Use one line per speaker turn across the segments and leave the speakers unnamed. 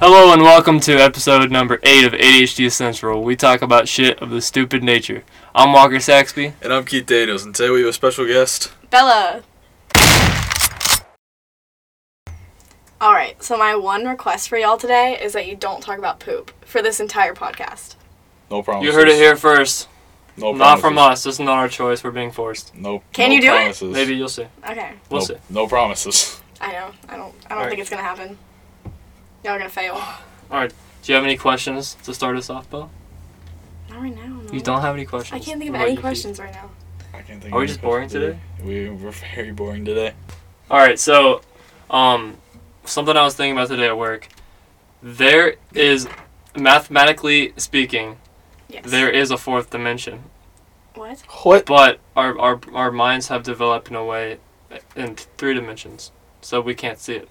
Hello and welcome to episode number 8 of ADHD Central. We talk about shit of the stupid nature. I'm Walker Saxby.
And I'm Keith Daniels, and today we have a special guest.
Bella. All right, so my one request for y'all today is that you don't talk about poop for this entire podcast.
No problem.
You heard it here first.
No
not from
promises.
us. This is not our choice. We're being forced.
No.
Can
no
you do it?
promises.
Maybe you'll see.
Okay,
We'll
no,
see.
no promises.
I know. I don't. I don't
All right.
think it's gonna happen. Y'all are gonna fail.
Do you have any questions to start us off, Bill?
Not right now. No.
You don't have any questions.
Mm. I can't think of
What about
any
you, Keith?
questions right now.
I can't think
Are we
of any
just boring
questions We we're very boring today.
All right, so um, something I was thinking about today at work. There is, mathematically speaking,
Yes.
there is a fourth dimension.
What?
What?
But our, our, our minds have developed in a way in three dimensions, so we can't see it.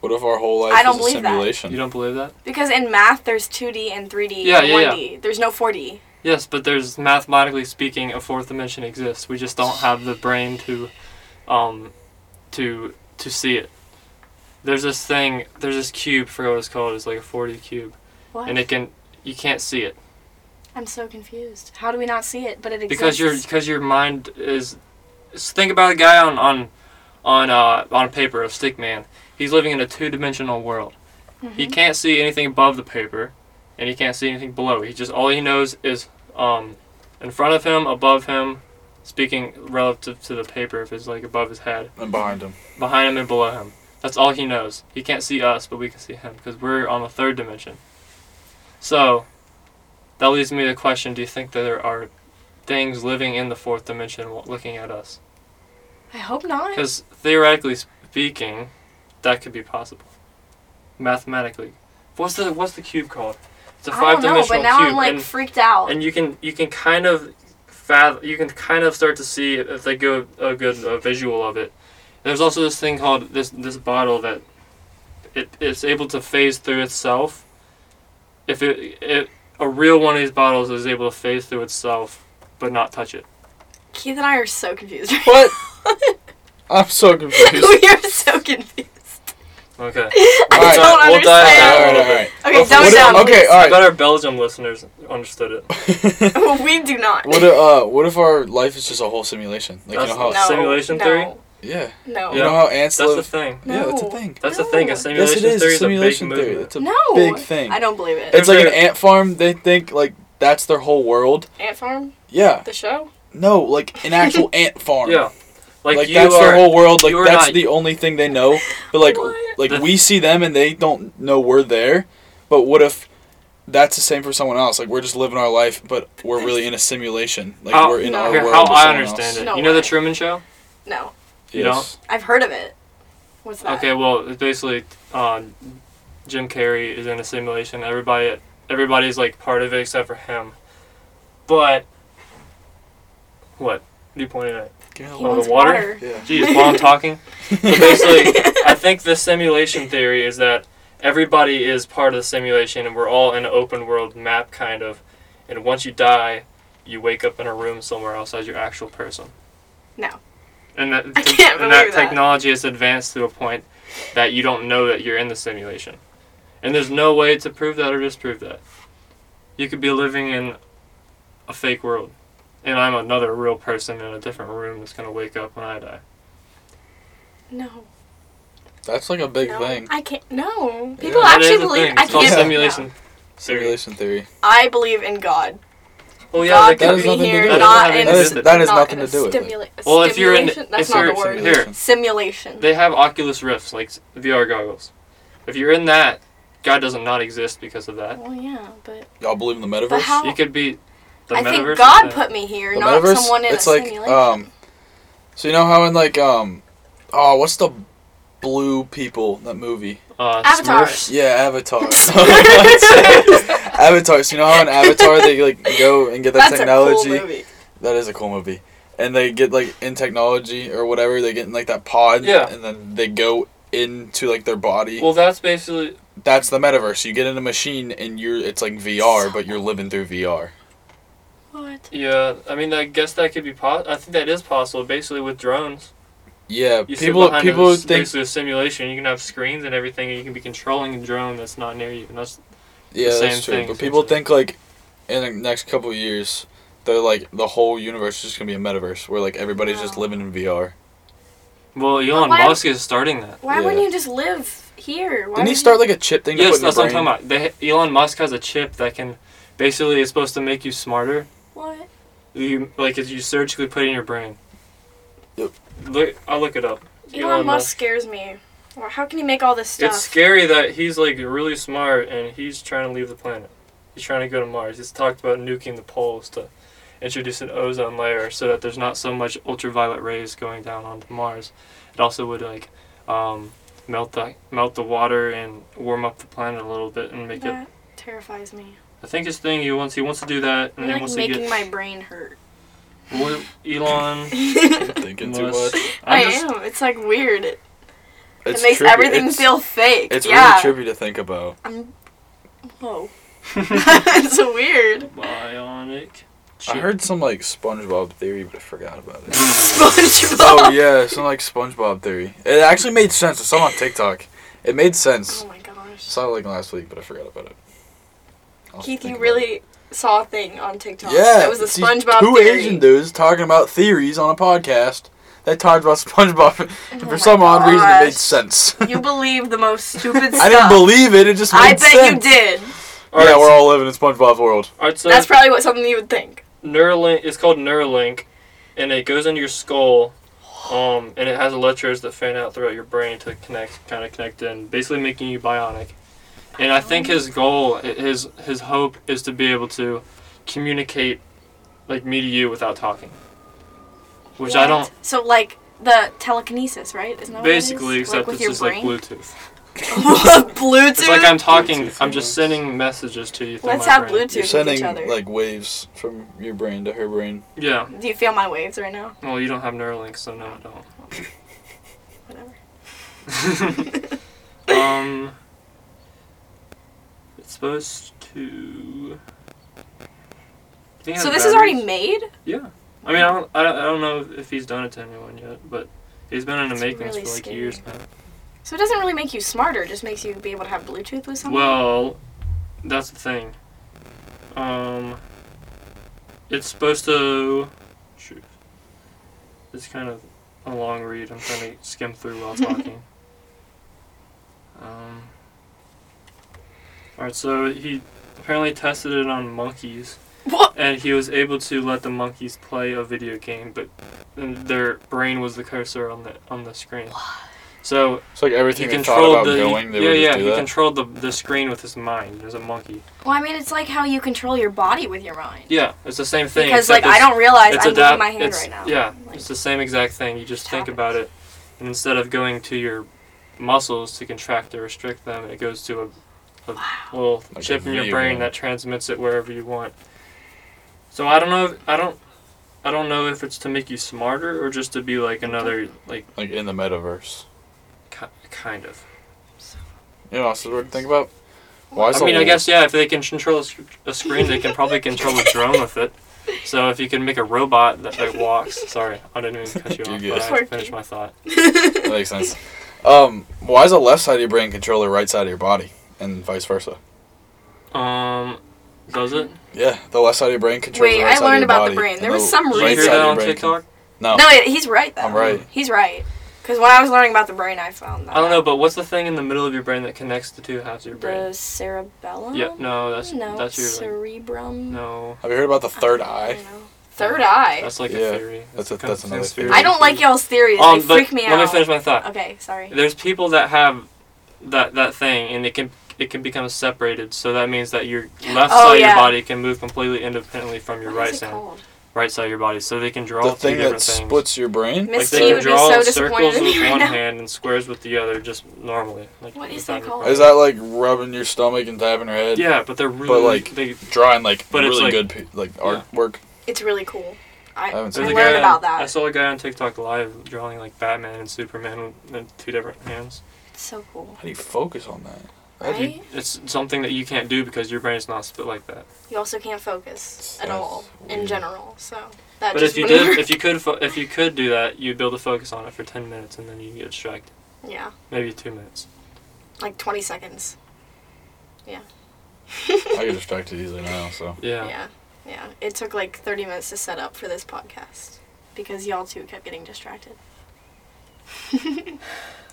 What if our whole life
I don't
is a
believe that.
simulation?
You don't believe that?
Because in math, there's 2D and 3D
Yeah,
and
yeah, yeah.
1D. There's no 4D.
Yes, but there's mathematically speaking, a fourth dimension exists. We just don't have the brain to, um, to to see it. There's this thing. There's this cube. I forgot what it's called. It's like a 4D cube,
What?
and it can you can't see it
I'm so confused. How do we not see it? But it exists.
because your because your mind is. s- Think about a guy on on on uh, on paper, a stick man. He's living in a two dimensional world. He
Mhm.
can't see anything above the paper, and he can't see anything below. He just all he knows is um, in front of him, above him, speaking relative to the paper if it's like above his head,
I'm behind him.
behind him and below him. That's all he knows. He can't see us, but we can see him because we're on the third dimension. So that leads me to the question: Do you think that there are things living in the fourth dimension wa- looking at us?
I hope not.
Because theoretically speaking, that could be possible. Mathematically, what's the what's the cube called? It's a
I don't know. But
five-dimensional
now
cube,
I'm like
and,
freaked out.
and you can you can kind of fath- you can kind of start to see if they go a good uh visual of it. There's also this thing called this this bottle that it it's able to phase through itself. If it, it a real one of these bottles is able to phase through itself, but not touch it.
Keith and I are so confused.
What? I'm so confused.
we are so confused.
Okay.
I
Alright,
don't
we'll dive
understand.
down. Dumb
Okay, dumb
What
it
if-
down.
okay,
I
all
bet our Belgium listeners understood it.
right.
please. we do not.
what if uh what if our life is just a whole simulation? Like you know
That's-
how
No. simulation
no,
theory?
yeah.
No.
You know how ants
That's the
live
thing.
Yeah, that's a
No.
thing.
That's the thing.
No.
A
Yes,
simulation
yes, it is.
theory is a big
simulation theory.
movement.
That's a
No.
big thing.
I don't believe it.
It's like an
There's a-
ant farm. They think like that's their whole world.
Ant Farm,
Yeah.
the show.
No, like an actual ant farm.
Yeah, like,
Like,
you
that's
are.
their whole world. Like
you are
that's
not-
the only thing they know. But like
What?
like
The-
we see them and they don't know we're there. But what if that's the same for someone else? Like we're just living our life, but we're really in a simulation. Like
How-
we're in
no.
our
here,
world.
how
with
I
someone
understand
else.
it.
No
you know the
way.
Truman Show?
No,
You
Yes.
I've heard of it. What's that?
Okay, well, it's basically um, Jim Carrey is in a simulation. Everybody, everybody's like part of it except for him. But what? What are you pointing at?
Give me a
Oh,
He
little-
wants
the water?
Yeah.
Jeez, while I'm talking. So basically, I think the simulation theory is that everybody is part of the simulation and we're all in an open world map, kind of. And once you die, you wake up in a room somewhere else as your actual person.
No.
And that,
I can't
and that
believe that.
technology is advanced to a point that you don't know that you're in the simulation. And there's no way to prove that or disprove that. You could be living in a fake world. And I'm another real person in a different room that's going to wake up when I die.
No.
That's like a big
no.
thing.
I can't. No.
Yeah.
People
That
That is
actually
a
believe.
thing.
I
It's called
can't.
simulation.
no.
Simulation theory.
I believe in God.
Well, Oh, yeah,
God
they
that
could
has
could
be
nothing to
here,
do with it.
not
That
in.
has-
a
that
sim-
has
not
nothing
in a
to do with it.
stimula-
Well, if you're in-
stimulation? that's
if
not
you're-
the word.
here.
Simulation.
They have Oculus Rifts, like s- VR goggles. If you're in that, God does not exist because of that.
Well, yeah, but
Y'all believe in the metaverse?
But how-
You could be the
I
metaverse.
think God
is
put me here,
the
not
metaverse,
someone in
it's
a
like
simulation.
um so you know how in like um oh what's the blue people that movie
that, uh,
Avatar.
Smurfs.
yeah avatar avatar so you know how in avatar they like go and get that
That's
technology
a cool movie.
that is a cool movie and they get like in technology or whatever they get in like that pod
Yeah.
and then they go into like their body
Well, that's basically
that's the metaverse you get in a machine and you're it's like vr but you're living through vr
What?
yeah. I mean, I guess that could be possible. I think that is possible, basically with drones.
Yeah,
You
people
sit behind
people
a,
think
basically a simulation. You can have screens and everything, and you can be controlling a drone that's not near you. And that's
yeah,
same
that's true.
thing,
but people
essentially.
think like in the next couple of years, they're like the whole universe is just gonna be a metaverse where like everybody's just
No.
living in VR.
well, Elon
why-
Musk is starting that.
Why wouldn't
Yeah.
you just live here? Why
Didn't he
would
start like a chip thing? to
Yes,
put in your
that's what I'm
brain?
talking about. They, Elon Musk has a chip that can basically it's supposed to make you smarter.
What?
You like if you surgically put it in your brain.
Yep.
Look, I'll look it up.
Elon, Musk, scares me. Wh- How can he make all this stuff?
It's scary that he's like really smart and he's trying to leave the planet. He's trying to go to Mars. He's talked about nuking the poles to introduce an ozone layer so that there's not so much ultraviolet rays going down onto Mars. It also would like um, melt the melt the water and warm up the planet a little bit and make it.
that terrifies me.
I think his thing he wants he wants to do that and
You're
then
like
wants to
making
get
my brain hurt.
Well, Elon.
I
Thinking too
Musk-
much.
I'm just-
am. It's like weird. It,
It's
it makes
trippy.
everything
It's-
feel fake.
It's
yeah.
really trippy to think about.
I'm. Whoa. it's weird.
Bionic.
I heard some like SpongeBob theory, but I forgot about it.
SpongeBob.
oh yeah, some like SpongeBob theory. It actually made sense. I saw it on TikTok. It made sense.
Oh my gosh.
saw it like last week, but I forgot about it. I'll
Keith,
think
you
about it.
really saw a thing on TikTok.
yeah.
It was a
see,
SpongeBob
Two
theory.
Asian dudes talking about theories on a podcast that talked about SpongeBob, and
Oh
for
my
some odd reason it made
gosh.
sense.
You believe the most stupid stuff.
I didn't believe it. It just made
I bet
sense.
you did.
All right,
yeah, we're all living in SpongeBob's world.
all right, so
That's probably what something you would think.
Neuralink. It's called Neuralink, and it goes into your skull, um, and it has electrodes that fan out throughout your brain to connect, kind of connect in, basically making you bionic. And I think his goal, i- his his hope, is to be able to communicate, like me to you, without talking. Which I
What?
don't
So like the telekinesis, right? Isn't that
basically,
what it is?
except
like,
it's just like Bluetooth.
Bluetooth. Bluetooth.
It's like I'm talking.
Bluetooth
I'm just
remotes.
sending messages to you. through
Let's
my
have
brain.
Bluetooth
You're
with
sending
each other.
like waves from your brain to her brain.
Yeah.
Do you feel my waves right now?
Well, you don't have Neuralink, so no, I don't.
Whatever.
um, it's supposed to. I think it
So
has
this is already
batteries.
made.
Yeah, I mean, I don't, I don't, I don't know if he's done it to anyone yet, but he's been in the
It's
makings
really
for like
scary.
years now.
So it doesn't really make you smarter. It just makes you be able to have Bluetooth with someone.
Well, that's the thing. Um, it's supposed to. Shoot. It's kind of a long read. I'm trying to skim through while talking. Um. Alright, so he apparently tested it on monkeys,
what?
and he was able to let the monkeys play a video game, but their brain was the cursor on the on the screen. So
It's like
he
everything they thought
controlled
about
the
going. They
yeah
would just
yeah
do
he
that.
controlled the, the screen with his mind as a monkey
Well, I mean, it's like how you control your body with your mind.
yeah it's the same thing
because like
except
I
it's-
don't realize
it's
I'm
adapt-
moving my hand
it's-
right now.
yeah
Like,
it's the same exact thing you just
Just
think
happens.
about it and instead of going to your muscles to contract or restrict them it goes to a, a little
Like
chip
a
in your
video
brain
game.
that transmits it wherever you want so I don't know if, I don't I don't know if it's to make you smarter or just to be like another like
like in the metaverse.
ki- kind of
You know, what else is weird to think about. Why is
I mean,
the-
I guess yeah. If they can control a, sc- a screen, they can probably control a drone with it. So if you can make a robot that, that walks, sorry, I didn't even cut you
You're
off.
good.
But I had to
Twerking.
finish my thought.
That makes sense. Um, why is the left side of your brain control the right side of your body, and vice versa?
Um, does it?
Yeah, the left side of your brain controls.
Wait,
the right
I
side of
learned
your
about the
body,
brain.
and
There was some
Did
right
you
research.
hear
side of
that
your
on
brain can-
TikTok?
No.
No, it- he's right though.
Oh. I'm right.
He's right. Because when I was learning about the brain, I found that.
I don't know, but what's the thing in the middle of your brain that connects the two halves of your
The
brain?
cerebellum.
Yeah, no, that's
no,
that's your like,
cerebrum.
no.
Have you heard about the third
I
eye?
don't know. Third eye.
That's like
Yeah,
a theory.
that's a-
kind of
that's another
conspiracy
theory.
I don't like y'all's theories.
Um,
they
but
freak me
let me
out.
finish my thought.
okay, sorry.
There's people that have that that thing, and it can it can become separated. So that means that your left
Oh,
side of your
yeah.
body can move completely independently from your
What
right
is it
side,
called?
right side of your body. So they can draw
The
two
thing that
different things.
splits your brain.
like
Miss
they
T
can
would be
draw
so
circles
disappointed in
with
me right
one
now.
hand and squares with the other, just normally. Like
What is
without
that
any
called?
problem.
Is that like rubbing your stomach and tapping your head?
Yeah, but they're really
like,
they,
Drawing like
But it's like-
really good pe- like
Yeah.
artwork.
It's really cool. I,
I haven't
I
seen it.
there's a
learned
guy on-
about
I
that.
saw a guy on TikTok live drawing like Batman and Superman with with two different hands.
It's so cool.
How do you focus on that? That'd be-
Right?
It's something that you can't do because your brain's not split like that.
You also can't focus at
That's
all in
weird.
general. So that
But
just
if you
wouldn't
did,
work.
if you could, fo- if you could do that, you'd be able to focus on it for ten minutes, and then you get distracted.
yeah,
Maybe two minutes.
like 20 seconds. Yeah.
I get distracted easily now, so.
Yeah.
Yeah, yeah. It took like 30 minutes to set up for this podcast because y'all two kept getting distracted.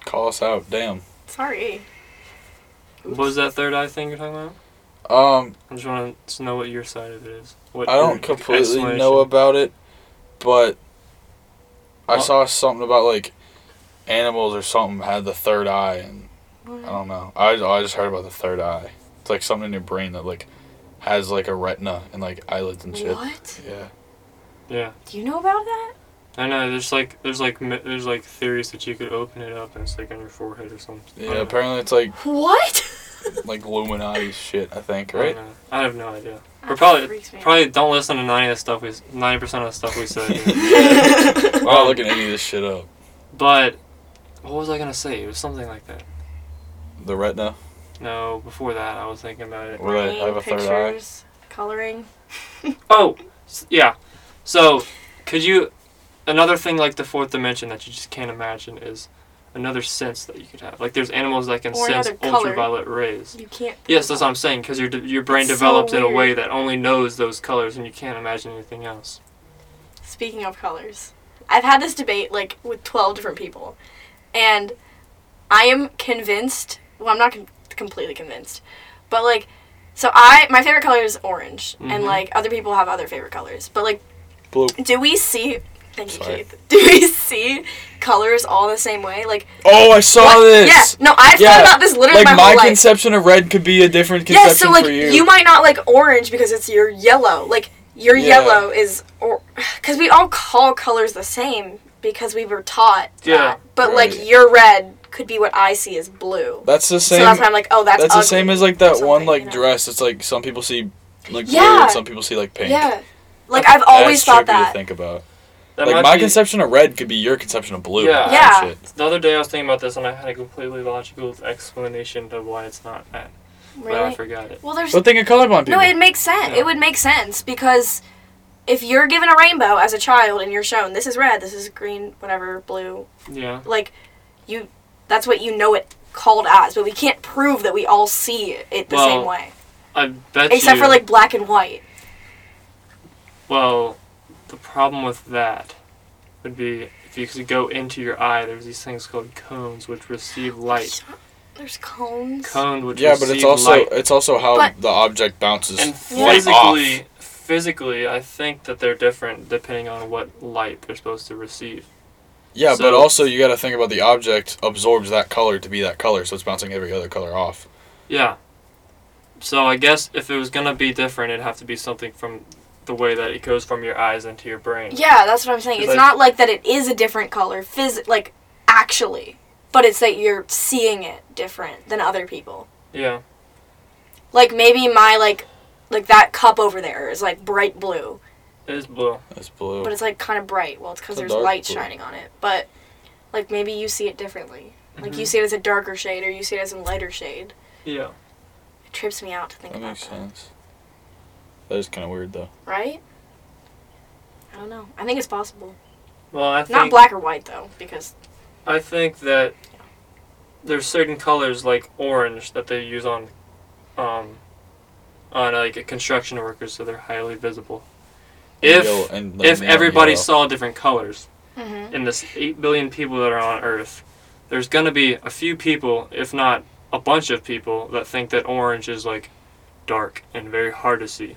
Call us out. Damn.
Sorry.
What was that third eye thing you're talking about?
Um,
I just want to know what your side of it is. What
I
your
don't completely
explanation-
know about it, but I
Well-
saw something about like animals or something had the third eye, and I
What?
don't know. I I just heard about the third eye. It's like something in your brain that like has like a retina and like eyelids and shit.
What?
Yeah.
Yeah,
Do you know about that?
I know. There's like, there's like, mi- there's like theories that you could open it up and it's like on your forehead or something. I
Yeah.
don't know.
Apparently, it's like
What?
like Illuminati shit. I think
I don't
right.
know. I have no idea.
That
Or probably,
freaks me out.
probably don't listen to ninety of the stuff we, ninety percent of the stuff we said.
I'm not looking any of this shit up.
but what was I gonna say? It was something like that.
The retina.
No, before that, I was thinking about it.
Where they
Brain,
have a third eye.
pictures, coloring.
Oh, s- yeah. So, could you? Another thing like the fourth dimension that you just can't imagine is another sense that you could have. Like there's animals that can
Or
sense
another color.
ultraviolet rays.
You can't.
Yes, that's what I'm saying because your de- your brain
It's so
develops in a way
weird.
that only knows those colors and you can't imagine anything else.
Speaking of colors, I've had this debate like with 12 different people, and I am convinced. Well, I'm not con- completely convinced, but like, so I my favorite color is orange, and
Mm-hmm.
Mhm.
like other people have other favorite colors, but like,
Blue.
do we see? Thank you,
Sorry.
Keith. Do we see colors all the same way? Like,
Oh, I saw
what-
this.
Yeah. No, I've
Yeah,
thought about this literally
like my,
my whole life.
conception of red could be a different conception
Yeah, so like
for
you.
you.
might not like orange because it's your yellow. Like your
Yeah.
yellow is or because we all call colors the same because we were taught. that.
Yeah,
But
right.
like your red could be what I see as blue.
that's the same.
so that's why
that's
I'm like, oh, that's
the
ugly
same as like
or
that
something,
one like
you know?
dress. It's like some people see like blue,
Yeah.
and some people see like pink.
Yeah. Like I've
that's
always thought
trippy to
that.
think about.
That
like
might
my
be-
conception of red could be your conception of blue.
Yeah.
and
Yeah.
shit.
The other day I was thinking about this and I had a completely logical explanation to why it's not that, but I
Really?
forgot it.
Well, there's
But think of colorblind people.
no. It makes sense.
Yeah.
It would make sense because if you're given a rainbow as a child and you're shown this is red, this is green, whatever, blue,
Yeah.
like you that's what you know it called as but we can't prove that we all see it the
Well,
same way
I bet
except
you.
for like black and white
Well, the problem with that would be if you could go into your eye, there's these things called cones which receive light.
there's cones
Cone which
yeah,
receive
but it's also
light.
it's also how
But-
the object bounces.
And
like,
physically,
off.
physically, I think that they're different depending on what light they're supposed to receive.
Yeah, but
so-
also you got to think about the object absorbs that color to be that color, so it's bouncing every other color off.
Yeah. So I guess if it was gonna be different, it'd have to be something from the way that it goes from your eyes into your brain.
yeah that's what i'm saying it's
Like-
not like that it is a different color phys- like actually but it's that you're seeing it different than other people
Yeah.
like maybe my like like that cup over there is like bright blue
It is blue.
That's blue.
but it's like kind of bright well it's because
It's a
there's
dark
light
blue.
shining on it but like maybe you see it differently like you
Mhm.
see it as a darker shade or you see it as a lighter shade
Yeah.
It trips me out to think
That
about
makes
that.
sense. That is kind of weird, though.
Right? I don't know. I think it's possible.
Well, I
Not
think
black or white though, because
I think that there's certain colors like orange that they use on, um, on uh, like construction workers, so they're highly visible. If
Yellow and
if
neon
everybody
yellow.
saw different colors in this eight billion people that are on Earth, there's gonna be a few people, if not a bunch of people, that think that orange is like dark and very hard to see.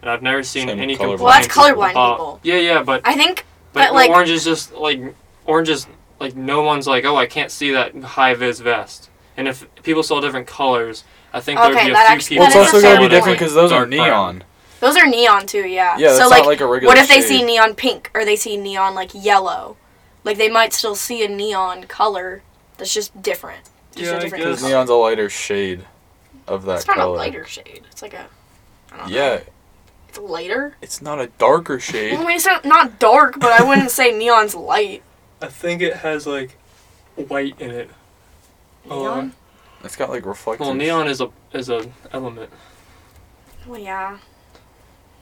And I've never seen
Same
any
colorblind
complaints.
well, that's
people.
colorblind
about-
people.
Yeah, yeah, but
I think
but,
But, like-
orange is just like orange is like no one's like oh I can't see that high vis vest. And if people saw different colors, I think there'd
Okay,
be a
that
few
actually-
people.
well, it's
that
that
is
also
a
got to be
saw it as,
solid
like,
different because those are
dark brown.
neon.
those are neon too. Yeah.
Yeah, that's
so
not
like,
like a regular
what if they
shade.
see neon pink or they see neon like yellow? Like they might still see a neon color that's just different. Just
Yeah, I
a
guess.
different
Because
color.
neon's a lighter shade of that
It's not
color.
a lighter shade. It's like a I don't know.
Yeah,
It's lighter.
it's not a darker
Well, I
shade.
mean, it's not, not dark, but I wouldn't say neon's light.
I think it has like white in it.
Neon?
It's got like reflectors.
Well, neon is a is a element.
Well, Oh, yeah.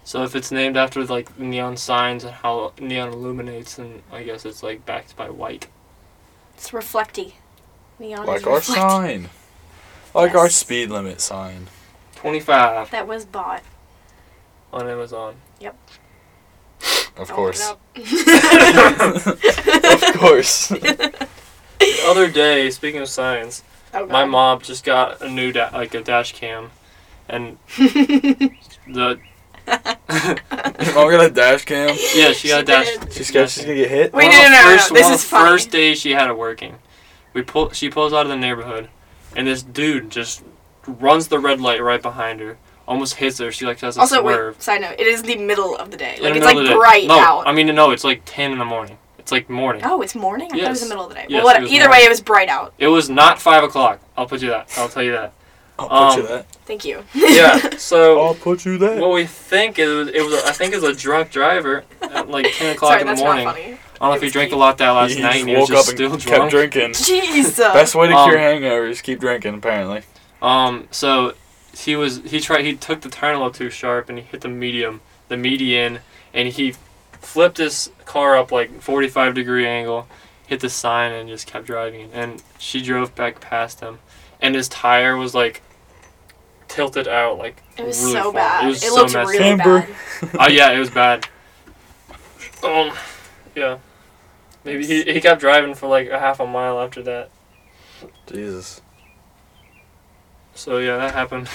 So if it's named after like neon signs and how neon illuminates, then I guess it's like backed by white.
It's reflecty. Neon is
Like our
reflecty.
sign. Like our
Yes.
speed limit sign.
Twenty five
That was bought.
on Amazon.
Of
Don't
course.
look it up.
of course.
The other day, speaking of signs,
Oh,
my
God.
mom just got a new da- like a dash cam, and the
Your mom got a dash cam.
yeah she got a dash.
did.
She's scared she's gonna get hit.
Wait,
One of
no, no,
the
no, no,
first-
this
one of
is
the
funny.
First day she had it working, we pull. She pulls out of the neighborhood, and this dude just runs the red light right behind her, almost hits her. She like has a
Also,
swerve.
wait. Side note: It is the middle of the day.
In
Like
the middle
it's like
of the day.
bright
no,
out.
I mean no, it's like ten in the morning. It's like morning.
oh, it's morning. I thought it was
Yes.
the middle of the day.
Yes,
well, what,
it was
either way,
morning.
it was bright out.
It was not five o'clock. I'll put you that. I'll tell you that. Oh,
I'll put you
Um,
that.
Thank you.
Yeah. So
I'll put you that.
what we think is it was, it was I think it was a drunk driver at like ten o'clock
Sorry,
in the
that's
morning.
not funny.
I don't know if
It
he
was
drank a
deep.
lot that last
He
night.
just
and he was
woke
just
up and
still
kept
drunk.
drinking.
Jesus.
Best way to
Um,
cure hangovers: keep drinking. Apparently.
Um, so he was he tried he took the turn a little too sharp and he hit the medium, the median, and he flipped his car up like forty five degree angle, hit the sign and just kept driving. And she drove back past him, and his tire was like tilted out like
It was
really
so
far.
bad.
It
It,
was so
looked
messy.
really
Amber.
bad.
Oh yeah, it was bad. Um, yeah. Maybe he, he kept driving for like a half a mile after that.
Jesus.
So yeah, that happened.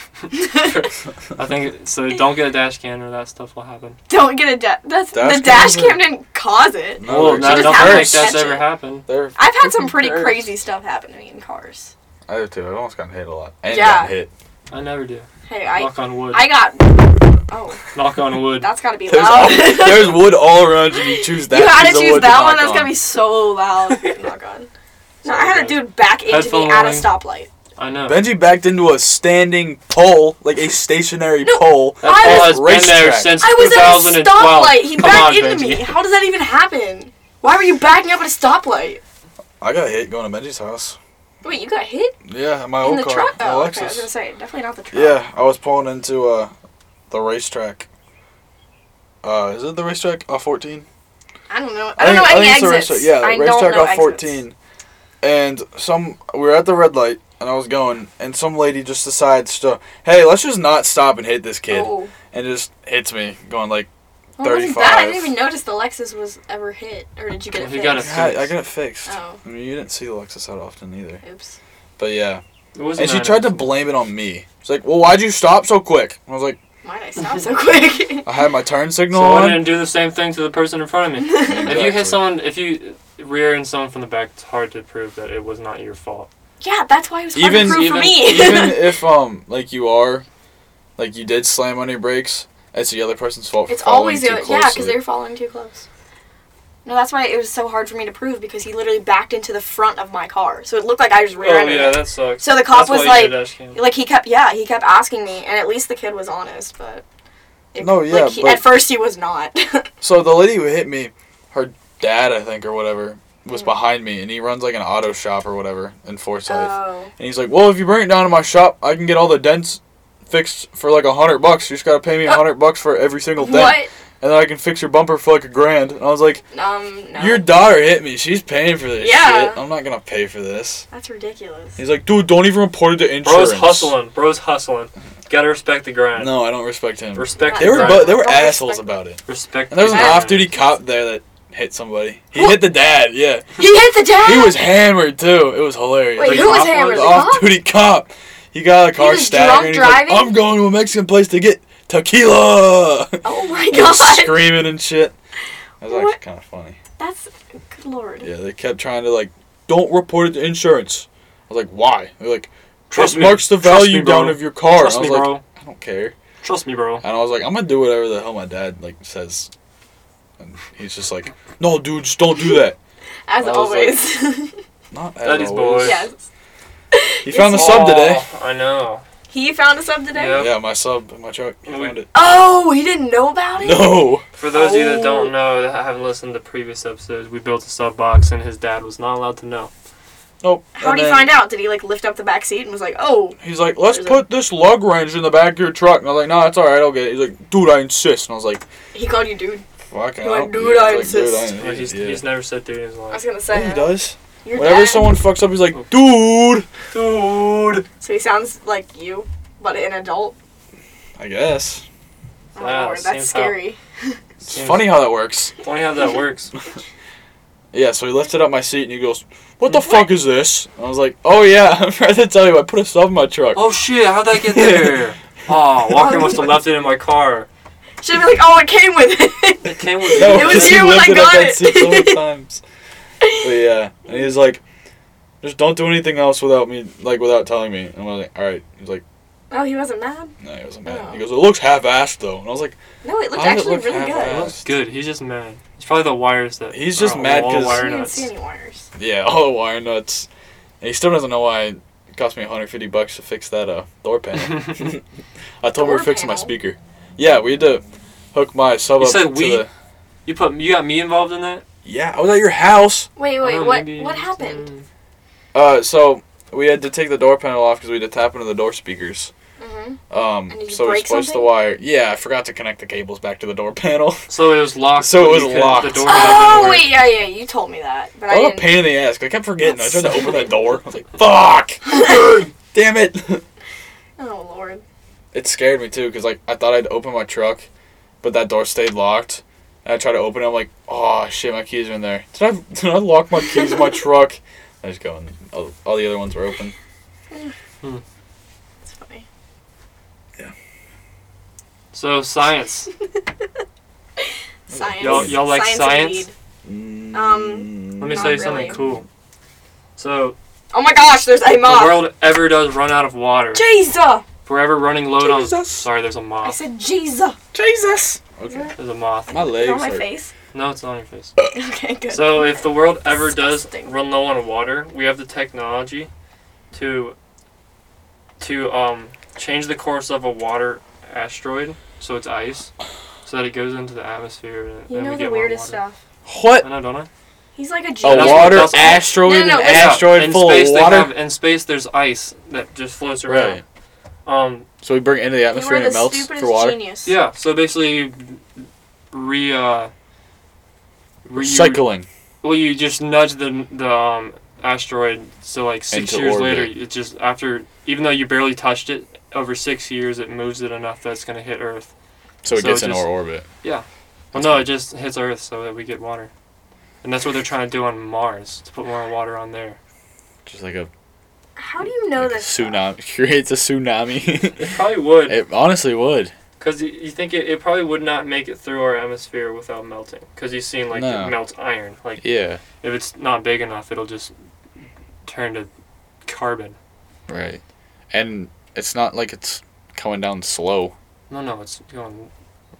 I think so. Don't get a dash can or that stuff will happen.
Don't get a da- that's
Dash
the dash
cam
cam didn't cause it.
No,
well,
they're
not,
just
nothing
having
like that's
attention.
ever happened.
They're.
I've had some pretty
Embarrassed.
crazy stuff happen to me in cars.
I do too. I've almost gotten hit a lot. And
Yeah.
gotten hit.
I never do.
Hey, I
Knock on wood.
I got oh
Knock on wood.
that's gotta be
There's,
loud.
all- there's wood all around you. You choose that.
you had
piece
to
of
choose
wood
that
knock
one. That's gonna
on.
be so loud. Knock on. No, I had a dude back into
Headphone
me at a
ring.
stoplight.
I know.
Benji backed into a standing pole, like a stationary
No.
pole.
that
I
ball
was-
has been there
Racetrack.
since
I was at a
2012.
stoplight. He
Come
backed
on,
into
Benji.
me. How does that even happen? Why were you backing up at a stoplight?
I got hit going to Benji's house.
Wait, you got hit
Yeah, in my
in
old
the
car,
truck?
my
Oh, okay. I was
Lexus.
gonna say definitely not the truck.
Yeah, I was pulling into uh, the racetrack. Uh, is it the racetrack off 14?
I don't know. I don't know
think-
any
think it's the
exits.
racetrack- Yeah, the
I don't
racetrack
know
off
exits.
14. And some, we were at the red light, and I was going, and some lady just decides to, hey, let's just not stop and hit this kid,
Oh.
and just hits me, going like,
Well, it wasn't bad. I didn't
35.
even notice the Lexus was ever hit, or did you get it
Well, he
fixed?
got
"Yeah, I got it fixed.
Oh.
I mean, you didn't see the Lexus that often either,
Oops.
but yeah.
It wasn't
And she
that
tried to
nice.
blame it on me. She's like, "Well, why'd you stop so quick?" And I was like,
Why did I stop so quick?
"I had my turn signal
So I
on."
didn't do the same thing to the person in front of me. If you
Exactly.
hit someone, if you rear end someone from the back, it's hard to prove that it was not your fault.
yeah, that's why it was hard
Even-
to prove for
even-
me.
Even if um, like you are, like you did slam on your brakes, it's the other person's fault. For
it's always the
too
other, yeah, because
closely.
they were following too close. No, that's why it was so hard for me to prove because he literally backed into the front of my car, so it looked like I just ran.
Oh yeah, that sucks.
So the cop
That's
was
why you
like,
did dash cam.
like he kept, yeah, he kept asking me, and at least the kid was honest, but. It,
No, yeah,
like he,
but-
at first he was not.
So the lady who hit me, her dad, I think, or whatever,
Mm.
was behind me, and he runs like an auto shop or whatever in Forsyth,
oh,
and he's like, "Well, if you bring it down to my shop, I can get all the dents." Fixed for like a hundred bucks. You just gotta pay me a
Uh,
hundred bucks for every single dent,
what?
and then I can fix your bumper for like a grand. And I was like,
Um, no.
Your daughter hit me. She's paying for this
Yeah.
shit. I'm not gonna pay for this.
That's ridiculous.
He's like, dude, don't even report it to insurance.
Bro's hustling. Bro's hustling. Gotta respect the grind.
No, I don't respect him.
Respect
they were
the
Right.
bu-
grind.
they were
Don't
assholes
respect-
about it.
Respect
And there was an
the grind.
off-duty cop there that hit somebody. He
Who-
hit the dad. Yeah,
He hit the dad.
he was hammered too. It was hilarious.
Wait,
Like,
who was
cop
hammered?
was
the
The cop?
off-duty cop. He got a car
was
stabbed.
drunk
and he's like,
driving?
I'm going to a Mexican place to get tequila.
Oh my
He was
god.
Screaming and shit. That was actually
What?
kind of funny.
That's good lord.
Yeah, they kept trying to like, don't report it to insurance. I was like, why? They're like,
Trust
trust
me.
marks the
Trust
value
me, bro.
down of your car.
Trust
and
me,
I was like,
bro.
I don't care.
Trust me, bro.
And I was like, I'm gonna do whatever the hell my dad like says. And he's just like, no, dude, just don't do that.
As
I was
always.
Not at
Daddy's
always.
boy.
yes.
He found the sub today.
Oh, I know.
He found a sub today?
Yep.
Yeah, my sub in my truck. He
We-
found it.
Oh, he didn't know about it?
No.
For those of you that
Oh.
don't know, that haven't listened to previous episodes, we built a sub box and his dad was not allowed to know.
Nope.
How
And
did he
then
find out? Did he like lift up the back seat and was like, "Oh,
He's like, let's
There's a-
put this lug wrench in the back of your truck. And I was like, no, it's all right. I'll get it. He's like, dude, I insist. And I was like,
he called you dude."
fucking.
He went,
don't-
"Dude, I
He's like,
insist."
"Dude, I
Like, he's,
yeah."
he's never said dude in his
I was
life.
gonna
Yeah,
say.
he does.
Your
Whenever
dad.
someone fucks up, he's like, dude.
Dude.
So he sounds like you, but an adult.
I guess.
Oh,
Wow,
Lord,
Ah, same
that's scary.
It's funny how that works.
Funny how that works.
Yeah, so he lifted up my seat and he goes, what the fuck is this? And I was like, oh yeah, I'm trying to tell you, I put a sub in my truck.
oh shit! How'd that get there? oh, Walker must have left it in my car.
Should be like, "Oh, it came with it."
It came with
No,
It was
because
me.
he
you when I
lifted up
got
that
it.
seat so many times. But yeah, and he's like, just don't do anything else without me, like without telling me. And I was like, all right. He's like,
oh, he wasn't mad.
no, it wasn't bad.
Oh.
He goes, it looks half-assed though, and I was like,
No, it looked
How did it
actually
look
really
half-assed?
good.
It looks good. He's just mad. It's probably the wires that.
He's just
are all
mad 'cause-
I
wire
didn't see
nuts.
any wires.
yeah, all the wire nuts. And he still doesn't know why it cost me 150 bucks to fix that uh door panel. I told him we were
Door
fixing my
panel?
speaker. Yeah, we had to hook my sub
You
up
said
to
we?
the.
You put you got me involved in that.
Yeah, I was at your house.
Wait,
I
wait,
don't know,
what?
maybe
What
it's,
happened?
um,
Uh, so we had to take the door panel off because we had to tap into the door speakers.
Mm-hmm.
Um,
And did you
so we
break
spliced the
something?
wire. Yeah, I forgot to connect the cables back to the door panel.
So it was locked.
So it
but
was
you could-
locked.
The door
Oh
didn't work.
wait, yeah, yeah, you told me that, but I
What a
didn't.
Oh, pain in the ass! 'cause I kept forgetting. I tried to
That's-
open that door. I was like, "Fuck! Damn it!"
Oh lord.
It scared me too, cause like I thought I'd open my truck, but that door stayed locked. And I tried to open it. I'm like, "Oh shit, my keys are in there." Did I did I lock my keys in my truck? I just go and all, all the other ones were open.
It's funny.
So science.
Science.
Y'all- y'all like science?
indeed. Um,
Mm.
Let me
Not
tell you something
really.
cool. So
Oh my gosh, there's a
the
moth.
world ever does run out of water.
Jesus!
Forever running low on.
Jesus.
Sorry, there's a
I
moth.
said Jesus.
Jesus. Okay.
There's a moth.
My
Is
legs.
it on my
are-
face?
No, it's not on your face.
Okay, good.
So if the world ever does
Disgusting.
run low on water, we have the technology to to um change the course of a water asteroid so it's ice, so that it goes into the atmosphere. And
you
then
know
we
the
get
weirdest
more water.
stuff.
What?
I know, don't I?
He's like a
A
that's
genius.
what
water
that's-
asteroid?
No, no, no,
an
it's-
asteroid
in
full
space,
of
they
water?
have- in space, there's ice that just floats around.
Really?
Um,
So we bring it into the
You
atmosphere
were
and
the
it melts
stupidest
for water.
genius.
yeah. So basically, you re uh, re-
Recycling.
Well, you just nudge the the um, asteroid, so like six
Into
years
orbit.
later, it just after even though you barely touched it over six years, it moves it enough that's gonna hit Earth.
So it
So
gets
it
in
just-
our orbit.
Well,
That's
no,
cool.
it just hits Earth so that we get water, and that's what they're trying to do on Mars to put more water on there.
Just like a,
How do you know
like a
this? stuff?
tsunami. Creates a tsunami.
It probably would,
it honestly would.
cause you, you think it, it probably would not make it through our atmosphere without melting, cause you've seen like
No.
it melts iron. Like
Yeah.
if it's not big enough, it'll just turn to carbon.
Right. And it's not like it's coming down slow.
No, no, it's going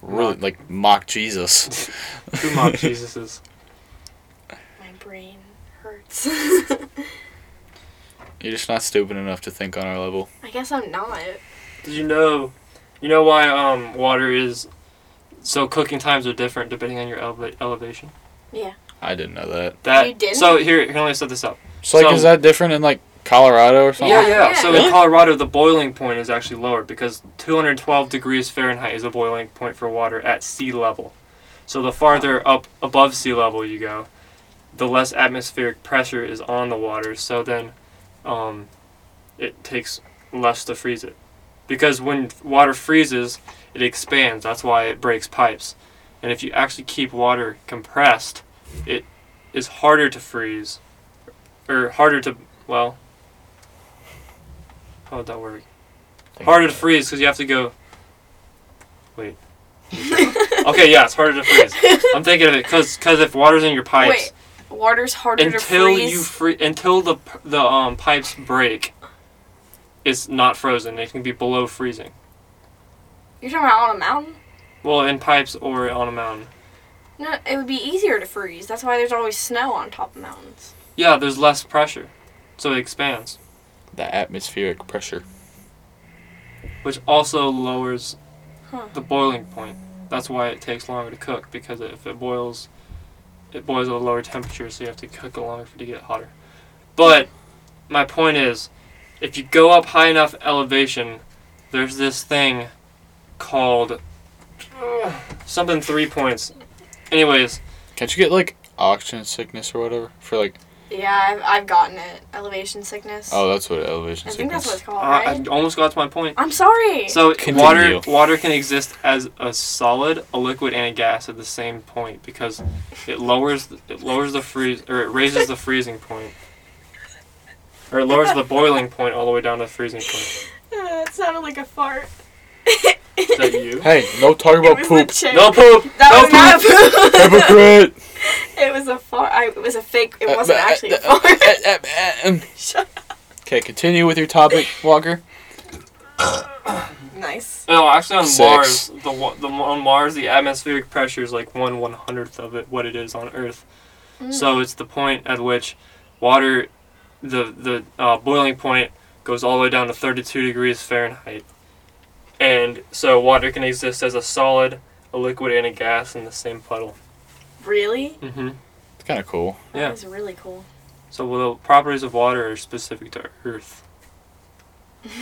Really,
Mock.
like mock Jesus.
too much. Jesus's.
My brain hurts.
You're just not stupid enough to think on our level.
I guess I'm not.
Did you know? You know why um water is so cooking times are different depending on your eleva- elevation.
I didn't know that.
That
You didn't?
so here here let me set this up.
So, like,
So-
is that different in, like, Colorado or something?
Yeah, yeah.
yeah.
So
Really?
in Colorado, the boiling point is actually lower because 212 degrees Fahrenheit is the boiling point for water at sea level. So the farther up above sea level you go, the less atmospheric pressure is on the water. So then, um, it takes less to freeze it, because when water freezes, it expands. That's why it breaks pipes. And if you actually keep water compressed, it is harder to freeze, or harder to well. How would that work? Harder to freeze because you have to go. Wait. okay, yeah, it's harder to freeze. I'm thinking of it because if water's in your pipes
Water's harder to
until
freeze.
you free until the p- the um pipes break, it's not frozen. It can be below freezing.
You're talking about on a mountain?
Well, in pipes or on a mountain.
No, it would be easier to freeze. That's why there's always snow on top of mountains.
Yeah, there's less pressure, so it expands,
The atmospheric pressure.
which also lowers
Huh.
the boiling point. That's why it takes longer to cook because if it boils, it boils at a lower temperature, so you have to cook it longer for it to get hotter. But my point is, if you go up high enough elevation, there's this thing called uh, something three points. Anyways,
Can't you get like oxygen sickness or whatever for like?
Yeah, I've, I've gotten it. Elevation sickness.
Oh, that's what elevation
I think
sickness.
that's what it's called,
I-
right?
Uh, I almost got to my point.
I'm sorry.
So
Continue.
water water can exist as a solid, a liquid, and a gas at the same point because it lowers it lowers the freeze or it raises the freezing point. Or it lowers the boiling point all the way down to the freezing point.
Uh, it sounded like a fart.
Is that you?
hey, no talk
It
about
was
poop.
the chair.
No poop.
That
no
was
poop.
not a poop.
Hypocrite.
it was a fart. I, it was a fake.
Uh,
It wasn't actually a fart.
um. Okay,
Shut up.
continue with your topic, Walker.
Nice.
No, actually, on
Six.
Mars, the, wa- the on Mars, the atmospheric pressure is like one one hundredth of it what it is on Earth. Mm. So
Mm.
it's the point at which water, the the uh, boiling point goes all the way down to thirty two degrees Fahrenheit, and so water can exist as a solid, a liquid, and a gas in the same puddle.
Really?
Mm-hmm.
It's kind of cool.
Yeah.
That was really cool.
So well, the properties of water are specific to Earth.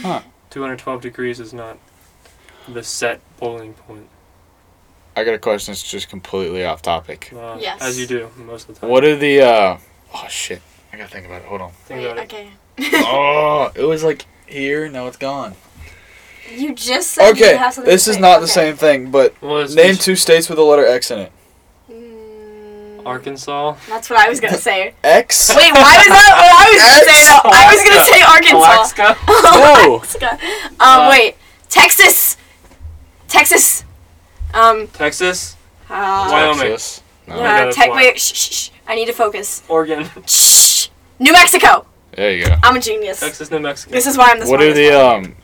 Huh.
Two hundred twelve degrees is not the set boiling point.
I got a question that's just completely off topic.
Uh,
Yes.
As you do most of the time.
What are the uh oh shit. I gotta think about it. Hold on.
Think
Wait,
about it.
okay.
oh it was like here, now it's gone.
You just said you
Okay.
have something
This
to
is
say.
not the
Okay.
same thing, but
Well, it's
name
it's
two states with the letter X in it.
Mm,
Arkansas.
That's what I was gonna say.
X?
Wait, why was that what I was gonna say? I was gonna say
Alaska.
Arkansas.
No.
Alaska.
Uh,
Um, wait, Texas. Texas. Um.
Texas.
Uh,
Wyoming.
Texas. No.
Yeah.
uh,
that's
tech,
why.
wait, shh, shh, shh. I need to focus.
Oregon.
Shh. New Mexico.
There you go.
I'm a genius.
Texas, New Mexico.
This is why I'm the
What are
smartest
the um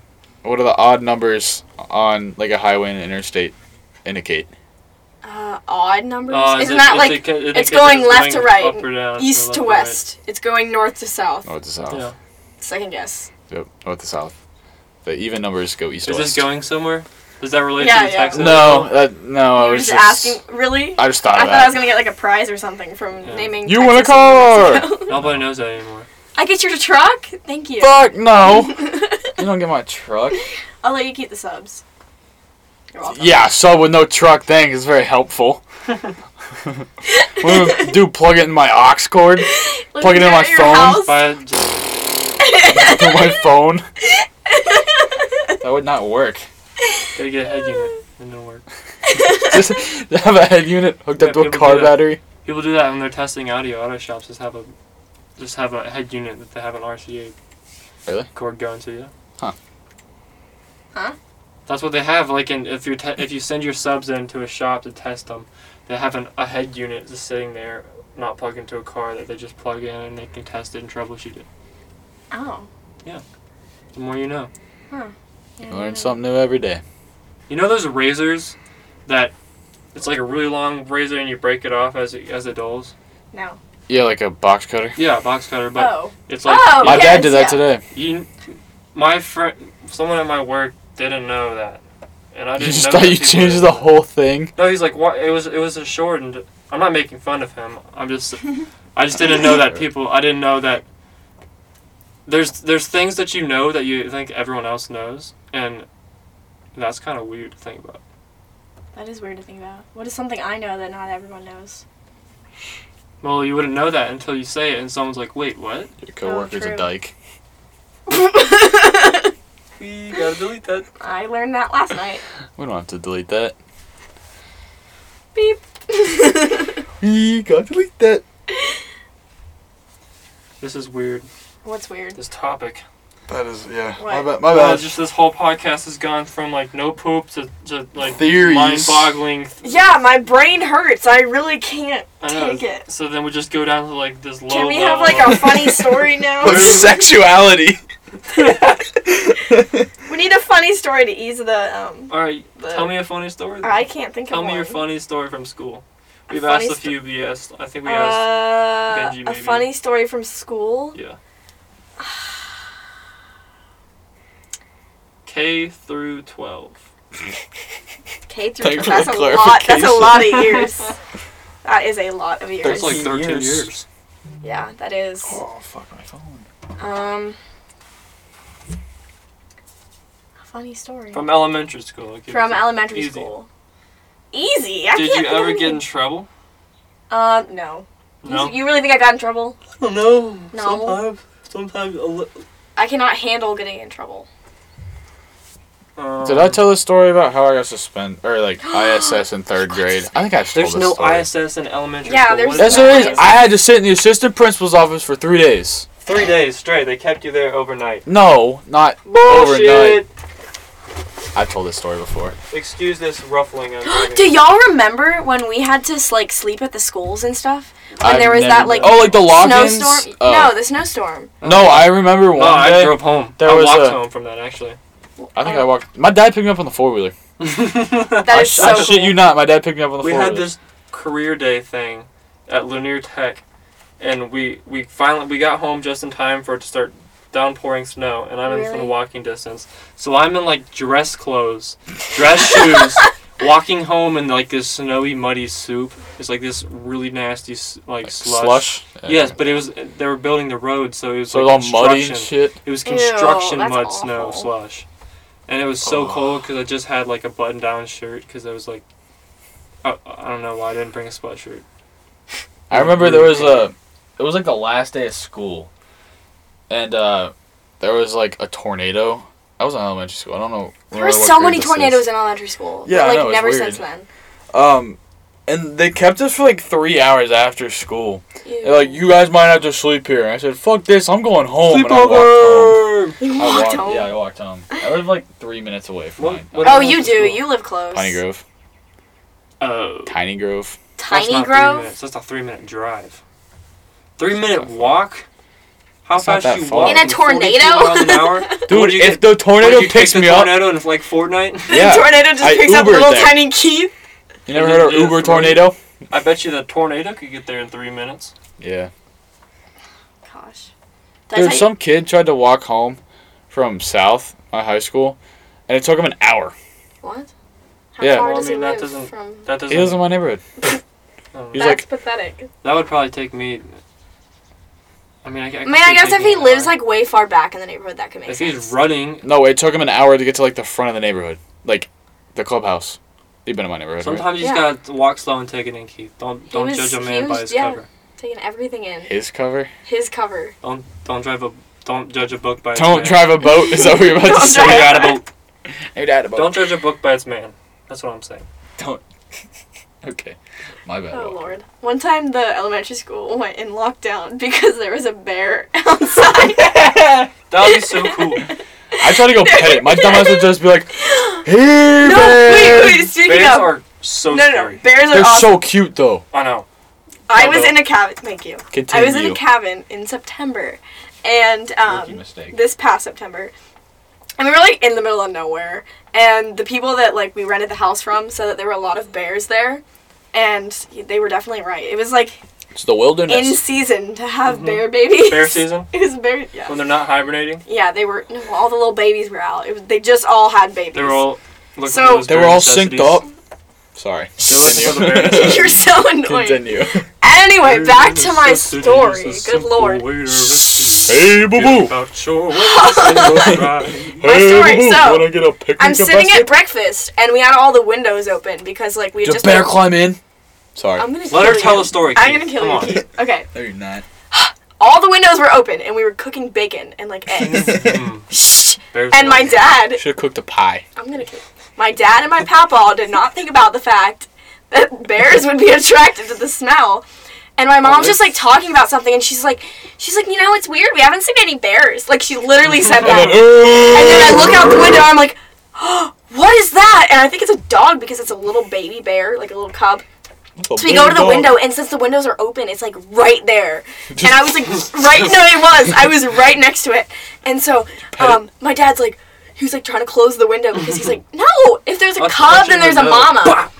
what are the odd numbers on like a highway and an interstate indicate?
one. uh, odd numbers.
Uh,
Isn't
it-
that
is
like
it ca- is it
it's
ca-
going left to right,
up or down,
east
or
to
left right?
west? It's going north to south.
North to south.
Yeah.
Second guess.
Yep. North to south. The even numbers go east to
Is
west.
this going somewhere? Does that relate
Yeah,
to the
yeah.
Texas?
No, that, no,
Oh,
I
You're
was
just,
just,
asking. Really?
I just thought of
I thought
that.
I was gonna get like a prize or something from
Yeah.
naming.
You win a
Texas and Mexico.
Nobody knows that anymore.
I get your truck. Thank you.
Fuck no! you don't get my truck.
I'll let you keep the subs. You're welcome.
Yeah, sub with no truck thing is very helpful. What do- do plug it in my aux cord,
Look,
plug it in
you're
my
at your
phone.
house.
By just,
to my phone. That would not work.
gotta get a head unit. It didn't work.
Just have a head unit hooked
Yeah,
up to a
people
car
do that.
battery.
People do that when they're testing audio. Auto shops just have a just have a head unit that they have an RCA
Really?
cord going to. Yeah.
Huh.
Huh?
That's what they have. Like, in, if you te- if you send your subs in to a shop to test them, they have an, a head unit just sitting there, not plugged into a car that they just plug in and they can test it and troubleshoot it.
Oh.
The more you know.
You learn something new every day.
You know those razors that it's like a really long razor and you break it off as it as it dulls.
No.
Yeah, like a box cutter.
Yeah, box cutter, but
oh.
it's like
Oh,
My
you-
yes,
dad did that
yeah.
today.
You, my friend, someone at my work didn't know that, and I
You
didn't
just
know
thought
that
you
people
changed
did
the
that.
whole thing.
No, he's like, what? It was it was a shortened. I'm not making fun of him. I'm just, I just didn't know that people. I didn't know that. There's there's things that you know that you think everyone else knows, and that's kind of weird to think about.
That is weird to think about. What is something I know that not everyone knows?
Well, you wouldn't know that until you say it, and someone's like, "Wait, what?"
Your
coworker's
coworker's
a Oh, true.
a dyke.
I
We gotta delete that.
learned that last night.
We don't have to delete that.
Beep.
We gotta delete that.
This is weird.
What's weird?
This topic.
That is yeah.
What?
My bad. My
Uh,
bad.
just this whole podcast has gone from like no poop to, to like
Theories.
mind-boggling. Th-
Yeah, my brain hurts. I really can't
I know.
take it.
So then we just go down to like this low.
Can we
low,
have like
low.
a funny story now?
sexuality.
we need a funny story to ease the um.
All right,
The-
tell me a funny story. then.
I can't think
Tell
of
me
one.
your funny story from school.
A
We've
funny
asked a
sto-
few. We asked. I think we asked.
Uh,
Benji,
a
maybe.
funny story from school.
Yeah. K through twelve.
K through
Thank
twelve.
you
That's
for
a
the
lot. That's a
clarification.
lot of years. that is a lot of years.
That's like
Thirteen
thirteen
years.
years.
yeah, that is.
Oh fuck my phone.
Um, a funny story.
From elementary school. I'll give
From
it to-
elementary
Easy.
school. Easy. I
Did
can't
you
think of
ever get
anything.
in trouble?
Um, no.
No.
You, you really think I got in trouble?
I don't know.
No.
Sometimes, sometimes. A li-
I cannot handle getting in trouble.
um,
Did I tell the story about how I got suspended or like ISS in third grade? I think I told
There's
this
no
story.
ISS in elementary
Yeah,
school.
there's
What
That's
is
what
that?
it is. I had to sit in the assistant principal's office for three days.
Three days straight. They kept you there overnight.
No, not
Bullshit.
overnight. I've told this story before.
Excuse this ruffling. I'm having.
Do y'all remember when we had to like sleep at the schools and stuff? When
I've
there was
never
that
been-
like
oh, like the logins.
snowstorm.
Oh.
No, the snowstorm.
No, I remember one
No, I
day.
drove home.
there
I
was
walked
a-
home from that actually.
I think I walked. My dad picked me up on the four wheeler.
That
I,
is
sh- I
so
shit
cool.
you not. My dad picked me up on the
we
four
had
wheeler.
this career day thing at Lanier Tech, and we we finally we got home just in time for it to start downpouring snow, and I'm
Really?
in walking distance. So I'm in like dress clothes, dress shoes, walking home in like this snowy, muddy soup. It's like this really nasty s- like,
Like
slush.
slush.
Yes, but it was they were building the road, so it was
So it
like
was all muddy and
construction.
shit.
It was
Ew,
construction
that's
mud, snow,
awful.
slush, and it was so
Ugh.
cold because I just had like a button-down shirt because I was like, I, I don't know why I didn't bring a sweatshirt.
I remember there was a it was like the last day of school. And uh there was like a tornado. I was in elementary school. I don't know.
There were so many tornadoes in elementary school. but,
Yeah, I
like
know, it's
never
weird.
since then.
Um and they kept us for like three hours after school.
Ew.
They're like, you guys might have to sleep here. And I said, fuck this, I'm going home. And Oh, I walked home.
Sleepover.
You
I
walked
walked,
home.
Yeah, I walked home. I live like three minutes away from
What-
mine.
what-
oh,
I
you
went
do.
to school.
You live close.
Tiny Grove.
Oh,
Tiny Grove.
that's
Tiny
not Three
Grove.
minutes. That's a three-minute drive. Three-minute walk. How
It's not
fast
that
you
far.
walk
In
a
in 42
tornado?
miles an hour?
Dude,
Would you get-
if the tornado
would you
picks
take
me
the
up.
tornado in like Fortnite.
Yeah.
tornado just
I
picks up
Ubered
little
there.
tiny Keith.
You never heard of
Yeah,
Uber
three.
tornado?
I bet you the tornado could get there in three minutes.
Yeah.
Gosh. Did I
Dude,
tell you-
some kid tried to walk home from South, my high school, and it took him an hour.
What? How
Yeah.
far
Well, I
does
mean,
he
that
live
doesn't-
from?
That doesn't. Oh,
He lives in my neighborhood.
I don't know.
He's
That's
like-
pathetic.
That would probably take me. I mean, I,
I mean, I guess if he lives like way far back in the neighborhood, that could make
If
sense.
he's running,
No, it took him an hour to get to like the front of the neighborhood, like the clubhouse. You've been in my neighborhood. Right?
sometimes you just
Yeah.
gotta walk slow and take it in, Keith. Don't don't
was-
judge a
he
man by
was-
his
yeah.
cover.
Taking everything in
His cover.
his cover.
Don't don't drive a don't judge a book by its
Don't
man.
drive a boat. Is that what you're about to
Don't
Don't
say?
drive-
drive a boat.
Hey, dad, a
Don't judge a book by its man. That's what I'm saying.
Don't. okay, my bad.
Oh
Walker.
lord! One time the elementary school went in lockdown because there was a bear outside.
That would be so cool.
I try to go pet it. My dumbass would just be like, "Hey,
no,
bear."
wait, wait. Speaking
Bears
of,
are so
no, no,
scary.
no, bears are
They're
awesome.
so cute though.
I know.
I was
Although-
in a cabin. Thank you.
Continue.
I was in a cabin in September, and
Rookie
um,
mistake.
this past September, and we were like in the middle of nowhere, and the people that like we rented the house from said that there were a lot of bears there, and they were definitely right. It was like
It's the wilderness.
in season to have bear babies.
Mm-hmm. Bear season
It was bear. Yeah.
when they're not hibernating,
yeah, they were. No, all the little babies were out. It was, they just all had babies.
they're all looking
So-
for those
they were
bear
all synced
necessities.
up. Sorry.
They're looking for the bear
You're so annoying.
Continue.
Anyway,
Bear
back to my
necessities,
story.
a
Good
simple
lord.
way to rescue.
hey, boo boo.
About your ways and your drive.
My story,
boo-boo,
so,
wanna get a picnic
I'm sitting
basket?
at breakfast, and we had all the windows open because like we had
Did a
just.
bear
been-
climb in? Sorry.
I'm gonna
Let her
kill
tell
you.
a story.
I'm
Keith.
gonna kill
Come
you.
on.
Keith. Okay,
no, you're not.
all the windows were open, and we were cooking bacon and like eggs.
Mm.
Shh.
Bears
And my
love-
dad,
Should have cooked a pie.
I'm gonna kill. My dad and my papa did not think about the fact that bears would be attracted to the smell. And my mom's just like talking about something, and she's like, she's like, you know, it's weird. We haven't seen any bears. Like she literally said
And then,
that. And then I look out the window, I'm like, oh, what is that? And I think it's a dog because it's a little baby bear, like a little cub. So we go to the window, and since the windows are open, it's like right there. And I was like, right, no, it was. I was right next to it. And so um, my dad's like, he was like trying to close the window because he's like, no, if there's a
Let's
cub,
touch
then
it
there's a
with no-
mama.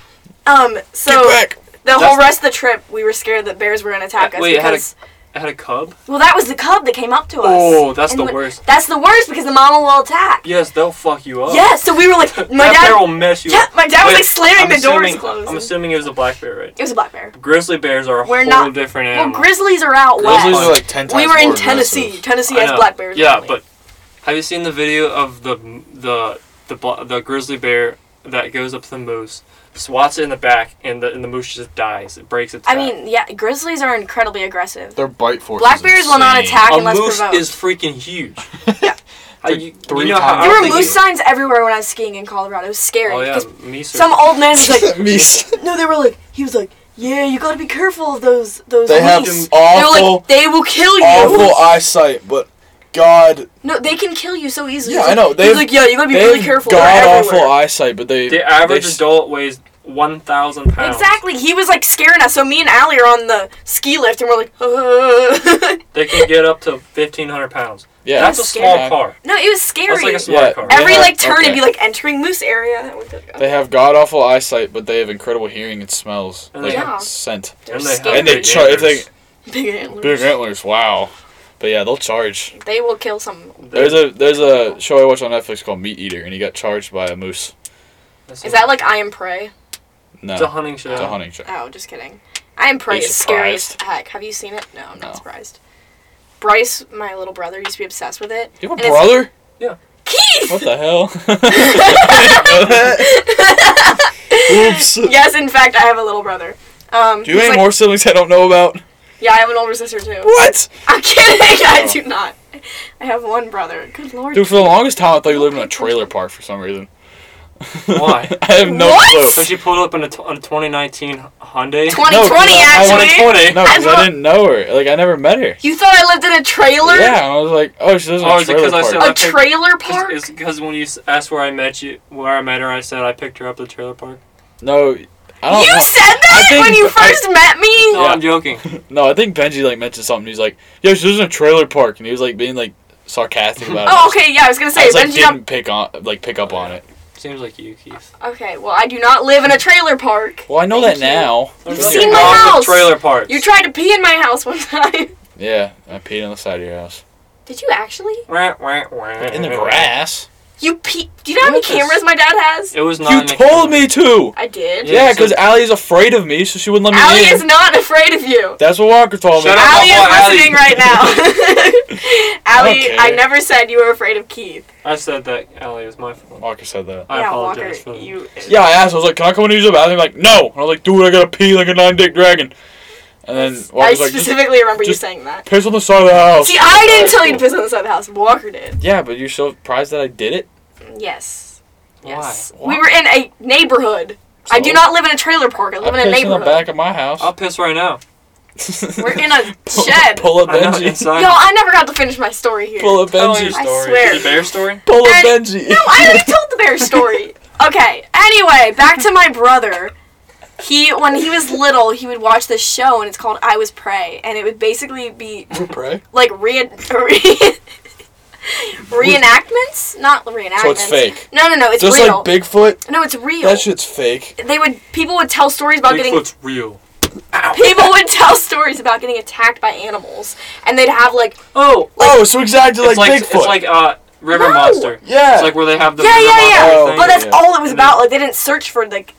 Um, so
Back.
the whole
That's-
rest of the trip, we were scared that bears were going to attack us
Wait, it had a-
because
I had a cub.
Well, that was the cub that came up to us.
Oh, that's
And
the
when-
worst.
That's the worst because the mama will attack.
Yes, they'll fuck you up.
Yes, so we were like, my
oh. that bear
dad.
will mess you
Yeah,
up.
my dad was
Wait,
like slamming
I'm
the doors
assuming-
closed.
I'm assuming it was a black bear, right?
it was a black bear.
Grizzly bears are a
We're
whole
not-
different
Well,
animal.
grizzlies are out
Grizzlies
Wow.
are
west.
like ten times
we were in
more aggressive.
Tennessee. Tennessee
I
has
know.
black bears.
Yeah,
apparently.
but have you seen the video of the the the bl- the grizzly bear that goes up to the moose, swats it in the back, and the and the moose just dies. It breaks its.
I
back.
mean, yeah, grizzlies are incredibly aggressive.
Their bite force.
Black
is
bears will not
insane.
attack
a
unless
moose
provoked.
is freaking huge. How
Like
you,
three
you know how,
times.
I
there
don't
were
think
moose
you-
signs everywhere when I was skiing in Colorado. It was scary.
Oh yeah,
'cause
moose. are-
Some old man's like,
Me-
no, they were like, he was like, yeah, you gotta be careful of those those.
They have
leaves." They were
awful,
like, they will kill you.
awful eyesight, but God,
No, they can kill you so easily.
Yeah,
He's
I know.
Like,
They've-
he's like, yeah, you gotta be
they
really
have
careful.
god
They're
awful
everywhere."
eyesight, but they
the average
they s-
adult weighs one thousand pounds.
Exactly. He was like scaring us. So me and Allie are on the ski lift, and we're like, "Uh."
They can get up to fifteen hundred pounds.
Yeah,
that's a
That's
small
scary.
car.
no, it was scary.
That's like a small
Yeah.
car.
Ev-
Every
Yeah,
like turn,
okay.
it'd be like entering moose area.
They have god awful eyesight, but they have incredible hearing and smells,
And
like
they-
Yeah.
scent.
and they, have
scary.
And they
big
char- if they-
antlers.
Big antlers.
Big antlers, wow. But yeah, they'll charge.
They will kill some.
There's a there's a show I watch on Netflix called Meat Eater, and he got charged by a moose.
That's
Is
a-
that like I am prey?
No,
It's a hunting show.
it's a hunting show.
Oh, just kidding. I am prey
Are you
is scary as
surprised?
heck. Have you seen it? No, I'm
No.
not surprised. Bryce, my little brother, used to be obsessed with it.
You have a
And it's-
brother?
Keith.
What the hell? I didn't know that. Oops.
yes, in fact, I have a little brother. Um,
Do you
he's
have any
like-
more siblings I don't know about?
Yeah, I have an older sister too.
What?
I'm kidding. I
Oh.
do not. I have one brother. Good lord.
Dude, for the longest time, I thought you lived in a trailer park for some reason.
Why?
I have no
What?
So
clue.
she pulled up in a, t- on a 2019 Hyundai. Oh,
2020
No, 'cause I-
I
actually.
want a 20.
No, because
thought-
I didn't know her. Like, I never met her.
You thought I lived in a trailer?
Yeah, I was like, oh, she lives in
Oh,
a
is it
trailer
'cause I
park.
said
A
I picked-
trailer park?
Is because when you s- asked where I met you, where I met her, I said I picked her up at the trailer park.
no, I don't
you
know.
said that
I think
when you
I-
first met me?
No,
Yeah.
I'm joking.
No, I think Benji, like, mentioned something. He's like, yeah, she lives in a trailer park. And he was, like, being, like, sarcastic about it.
Oh, okay. Yeah, I was gonna
I
say.
was, like,
Benji not-
didn't pick on, like, pick up on it.
Seems like you, Keith.
Okay. Well, I do not live in a trailer park.
Well, I know
Thank
that
you.
now.
There's
You've
nothing
seen my
wrong with
house.
Trailer parks.
You tried to pee in my house one time.
Yeah, I peed on the side of your house.
Did you actually?
Wah, wah, wah.
In the grass?
You pee? Do you know how many
Look at this.
cameras my dad has?
It was not.
You
in the
told
camera.
me to!
I did.
Yeah,
Yeah,
so-
because Allie's afraid of me, so she wouldn't let me
Allie
in.
is not afraid of you.
That's what Walker told me.
Shut up.
Allie is
Allie.
listening right now. Allie,
Okay.
I never said you were afraid of Keith.
I said that Allie is my fault.
Walker said that.
I
yeah,
apologize
Walker,
for that.
you.
Yeah, I asked. I was like, "Can I come and use the bathroom?" Like, no. And I was like, "Dude, I gotta pee like a nine-dick dragon." And then Walker's
I
like, "Just
specifically remember you
just-
saying that.
piss on the side of the house."
See, I didn't tell you to
Cool.
piss on the side of the house. Walker did.
Yeah, but you're so surprised that I did it.
Yes.
Why?
Yes.
Why?
We were in a neighborhood. I do
So?
not live in a trailer park. I live
I
in a
pissed in the
neighborhood.
back of my house.
I'll piss right now.
We're in a shed.
Pull up
I know,
Benji.
inside.
Yo, I never got to finish my story here.
Pull up
Tell your
Benji.
Oh, I
story.
swear.
The bear story.
Pull up
And-
Benji.
No, I already told the bear story. Okay. Anyway, back to my brother. He when he was little, he would watch this show and it's called I Was Prey, and it would basically be
Pray.
like re- re- reenactments, not reenactments.
So it's fake.
No, no, no, it's
Just
real.
like Bigfoot.
no, it's real.
That shit's fake.
they would people would tell stories about getting
Bigfoot's real.
people would tell stories about getting attacked by animals, and they'd have like
Oh,
Oh, so exactly
it's
like,
like
Bigfoot.
it's like uh river
No.
monster.
yeah.
It's like where they have the
yeah,
river
yeah,
monster
yeah.
thing. Oh.
Oh,
But that's
yeah.
all it was
And then-
about. Like they didn't search for like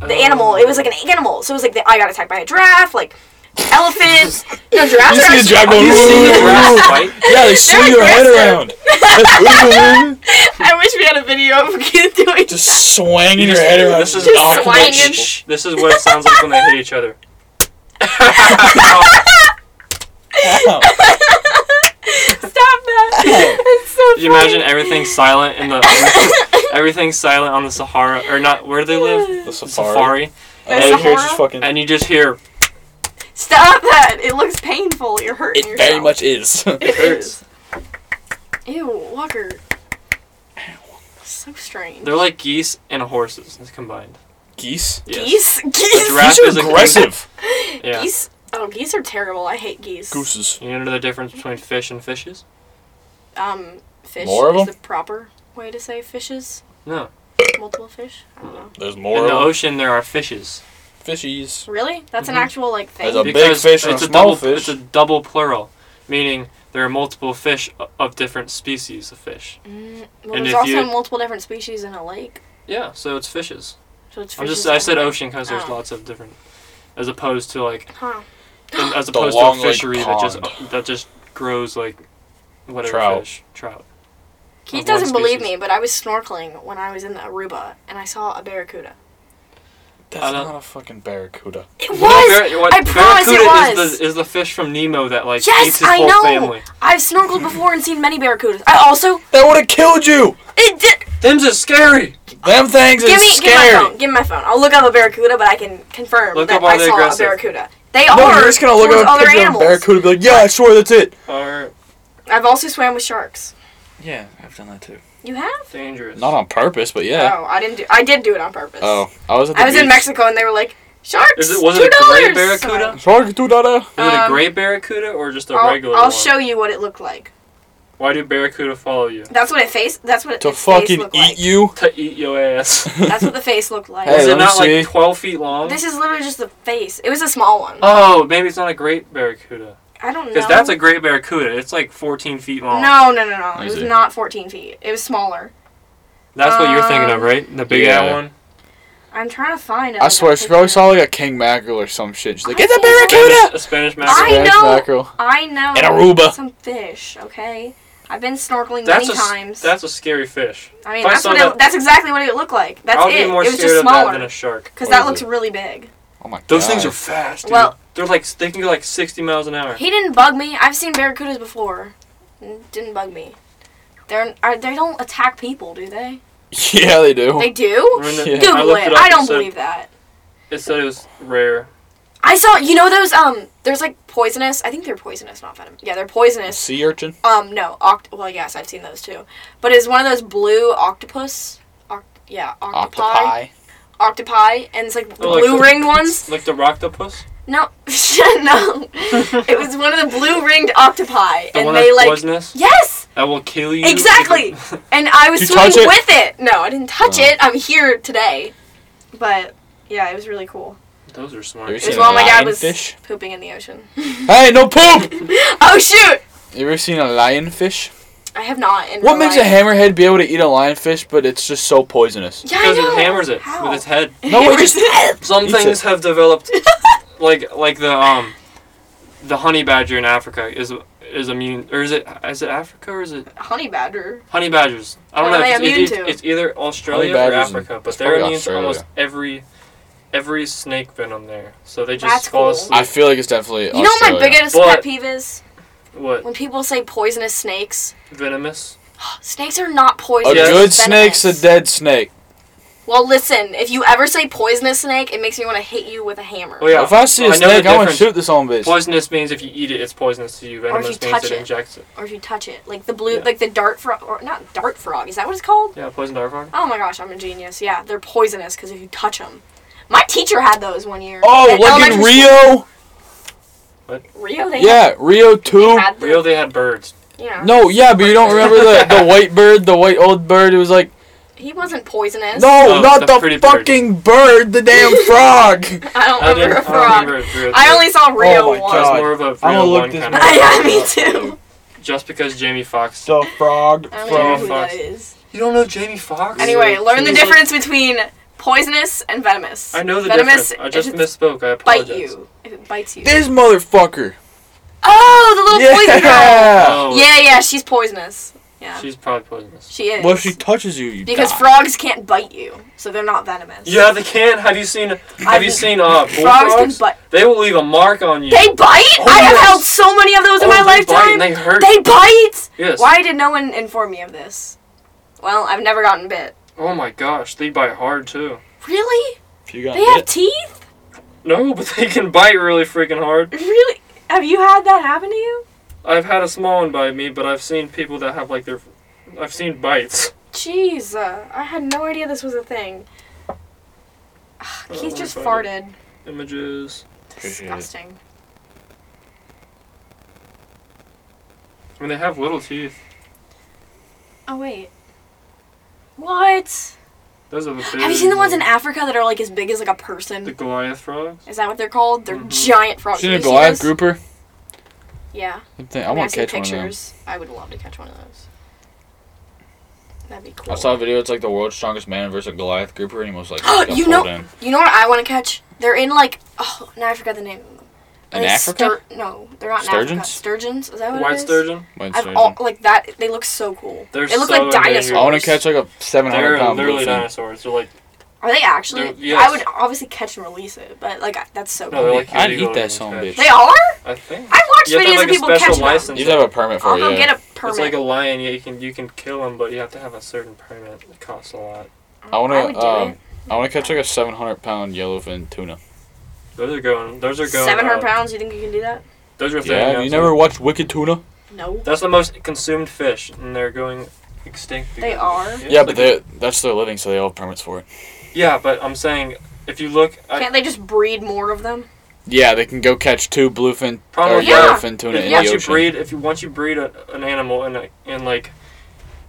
the animal. It was like an animal. So it was like the, I got attacked by a giraffe, like elephant. no, giraffes
you
are
see a
actually-
dragon going,
You see the
"Woo!"
giraffe, right?
Yeah, they swing their head around. That's-
I wish we had a video of Keith doing
Just swinging your
Just-
head around.
This is
Just
not
swinging.
Shh, This is what it sounds like when they hit each other.
Ow.
Stop that. It's so
Could you imagine everything's silent in the, everything's silent on the Sahara or not where do they live?
The safari.
Safari.
And
The
then here's just
Sahara?
fucking.
And you just hear
Stop that. It looks painful. You're hurting
it
yourself.
very much is.
it hurts.
Ew, Walker. So strange.
They're like geese and horses it's combined.
Geese.
Yes.
Geese? Geese?
Giraffe
Geese
is
are
a-
aggressive.
Yeah.
Geese? Oh, geese are terrible. I hate geese.
Gooses.
You know the difference between fish and fishes?
Um, fish
More of
is
them?
the proper way to say fishes.
No.
Multiple fish? I don't know.
There's
In
more.
the
of
ocean there are fishes.
fishies.
Really? That's
Mhm.
an actual like thing.
There's a big fish and
it's
a
a
small
double, It's
fish.
a double plural, meaning there are multiple fish o- of different species of fish.
Mm, well,
And if
there's also
you-
multiple different species in a lake,
Yeah, so it's fishes.
so it's.
I'm
fishes
just I said
and-
ocean because there's
Oh.
lots of different, as opposed to like
Huh.
and as
The
opposed to a
long-legged
fishery that just
pond.
that just grows like whatever
Trout.
fish trout.
Keith
one
doesn't believe
species.
me, but I was snorkeling when I was in the Aruba and I saw a barracuda.
I
That's
don't-
not a fucking barracuda.
It
No,
was.
bar- what-
I promise it
barracuda
was.
Is the, is the fish from Nemo that like
Yes,
eats his
I
whole
know.
family.
I've snorkeled before and seen many barracudas. I also
That would have killed you.
it did.
Them's is scary.
Them things
Give
is
me, give me my
scary.
phone. Give me my phone. I'll look up a barracuda, but I can confirm
Look
that
up are
I
they
saw
aggressive?
a barracuda. They
No,
are.
you're just gonna look
towards
at a
other
picture of a
animals.
barracuda and be like, yeah, I swear that's it.
Are
I've also swam with sharks.
Yeah, I've done that too.
You have?
dangerous.
Not on purpose, but yeah.
Oh, I didn't do. I did do it on purpose.
Oh, I was at the
I was in
beach.
Mexico and they were like sharks.
Is it- was it a
$2."
great barracuda?
Sorry, do that.
Is it a
Um,
gray barracuda or just a
I'll,
regular
I'll
one?
show you what it looked like.
Why do barracuda follow you?
That's what it face. That's what it,
To
its face
fucking eat
looked like.
you.
To eat your ass.
That's what the face looked like.
Hey,
is
let
it
me
not
see.
like 12 feet long?
This is literally just the face. It was a small one.
oh, maybe it's not a great barracuda.
I don't know.
Because that's a oh. great barracuda. It's like 14 feet long.
No, no, no, no.
Let
It
me
was
see.
not 14 feet. It was smaller.
That's what you're thinking of,
Um,
right? The big
Yeah.
ad one?
I'm trying to find it.
I swear, she probably saw like a king mackerel or some shit. She's like,
I
it's a
think-
barracuda.
Spanish, a Spanish
I
mackerel.
Spanish
know.
mackerel.
I know.
In Aruba.
Some fish, okay? I've been snorkeling
That's a,
many
s-
times.
that's a scary fish.
I mean,
if I
that's,
saw
what it,
that-
that's exactly what it looked like. That's
I would
it.
be
It
more
was
scared
just
of that than a
smaller.
shark.
Because
What
that
is
looks
it?
really big.
Oh my god.
Those things are fast, dude.
Well-
They're like, they can go like 60 miles an hour.
He didn't bug me. I've seen barracudas before. It Didn't bug me. They're are, they don't attack people, do they?
Yeah, they do.
They do.
Remember that-
Yeah.
I
Google
looked
it.
up,
I don't
said-
believe that.
It said it was rare.
I saw you know those um there's like poisonous. I think they're poisonous, not venom. Yeah, they're poisonous.
sea urchin.
Um no, oct- well yes, I've seen those too. But it's one of those blue octopus. Oct- yeah, octopi.
Octopi.
octopi and it's like the
Oh, like
blue
the-
ringed ones.
Like the rocktopus?
No, no. It was one of the blue ringed octopi,
The
and
one
they
that's
like
poisonous?
yes,
That will kill you.
exactly. and I was
Did you
swimming
touch it?
with it. No, I didn't touch
Oh.
it. I'm here today, but yeah, it was really cool.
Those are smart.
Have you
It was
seen
while my dad was
lionfish?
pooping in the ocean.
Hey, no poop!
oh shoot!
you ever seen a lionfish?
I have not. In
What
real
makes
life.
a hammerhead be able to eat a lionfish, but it's just so poisonous?
Yeah, I
Because
know.
it hammers it
How?
with its head.
No, it just.
Some
Eats
things
it.
have developed, like like the um, the honey badger in Africa is is immune, or is it is it Africa or is it
honey badger.
honey badgers? I don't
What
know.
are
if
they
it's, it's,
immune to?
it's either Australia or
badgers and-
Africa, but
it's
they're
probably
immune to
Australia.
almost every every snake venom there. So they just
That's
fall
cool.
asleep.
I feel like it's definitely.
You know what my biggest
But-
pet peeve is
what
when people say poisonous snakes.
venomous?
Snakes are not
A
poisonous.
Yeah.
good
venomous.
snake's a dead snake.
Well, listen, if you ever say poisonous snake, it makes me want to hit you with a hammer.
Oh, yeah.
If I see a
I know the
snake, I want to
difference.
shoot this on bitch.
Poisonous means if you eat it, it's poisonous to you.
if you
Venomous means
touch
it
it.
injects it.
Or if you touch it, like the blue,
Yeah.
like the dart frog, or not dart frog. Is that what it's called?
Yeah, poison dart frog.
Oh my gosh, I'm a genius. Yeah, they're poisonous because if you touch them. My teacher had those one year.
Oh,
at
like in
elementary
Rio?
school. Rio, they
Yeah, Rio
had,
2.
had the,
Real, they had birds.
yeah.
No, yeah, but you don't remember the, the white bird, the white old bird? It was like,
He wasn't poisonous.
no,
Oh,
not
the
the,
pretty bird.
fucking bird, the damn frog.
I don't
I
remember
didn't.
a
I don't
frog. I,
remember if real-
only saw Rio
Oh my
one.
That's
God.
more of a
I'm
real
gonna look
one
this
kind of.
up.
yeah, me too.
Just because Jamie Foxx.
The frog.
I don't
Jamie
know
frog.
who that
Foxx.
is.
You don't know Jamie Foxx?
Anyway, learn the
He's-
difference between poisonous and venomous.
I know the
venomous
difference. I
is
just
if it
misspoke. I
bite
apologize.
you. If it bites you.
This motherfucker.
Oh, the little poison girl.
Yeah.
Oh,
Yeah, yeah, she's poisonous. Yeah,
She's probably poisonous.
she is.
Well, if she touches you, you
because
die.
frogs can't bite you, so they're not venomous.
Yeah, they can. Have you seen? Have you
I've-
seen uh
frogs can
bullfrogs?
bite.
They will leave a mark on you.
They bite?
Oh,
I have
yes.
held so many of those
Oh,
in my
they Bite
lifetime.
and they hurt.
They bite.
yes.
Why did no one inform me of this? Well, I've never gotten bit.
Oh my gosh, they bite hard too.
Really?
If you got
They have
bit,
teeth?
No, but they can bite really freaking hard.
Really? Have you had that happen to you?
I've had a small one bite me, but I've seen people that have like their. I've seen bites.
Jeez, uh, I had no idea this was a thing. Ugh,
Oh,
Keith
let me
just
find
farted.
Images.
Appreciate it.
Disgusting.
I mean, they have little teeth.
Oh wait. What?
Those are the big,
Have you seen the ones in Africa that are like as big as like a person?
The Goliath frogs?
Is that what they're called? They're
Mhm.
giant frogs.
Seen a
Have you seen
Goliath
those?
grouper?
Yeah.
I, think- I
mean,
want
I've
to
seen
catch one of them.
pictures. I would love to catch one of those. That'd be cool.
I saw a video. It's like the world's strongest man versus a Goliath grouper, and he was like, got
You
pulled
know-
in.
You know what I want to catch? They're in like oh now I forgot the name of them. Are
in
they
Africa.
stur- no, they're not in Africa.
Sturgeons?
Sturgeons. Is that what it
White
is?
sturgeon?
Wait,
I've
sorry.
all like that. They look so cool.
They're
they look
so
like
endangered.
dinosaurs.
I want to catch like a seven
They're
hundred pound
literally
blue fin.
dinosaurs. They're like,
Are they actually?
They're- yes.
I would obviously catch and release it, but like I- that's so
No,
cool.
they're like
I'd
illegal
eat that
in
son of a
Australia.
bitch.
they are.
I think.
I've watched
You have to
videos
have, like,
of
a
people
special
catching them.
license.
You have to have a permit for
I'll
it.
go
yeah.
get a permit.
It's like a lion. Yeah, you can you can kill them, but you have to have a certain permit. It costs a lot.
I
I would
want
do
to. Um,
it.
I want to catch like a seven hundred pound yellowfin tuna.
Those are going. Those are going. uh,
Seven hundred
out.
pounds. You think you can do that?
Those are
Yeah,
throwing
you
out
never
too.
watched Wicked Tuna?
No.
That's the most consumed fish, and they're going extinct.
They
because-
are?
Yeah, but
like-
they that's their living, so they all have permits for it.
Yeah, but I'm saying if you look, I,
Can't they just breed more of them?
Yeah, they can go catch two bluefin or
Probably.
Yeah.
yellowfin tuna
if,
in the
once you
ocean
breed, if you once you breed a, an animal in a, in like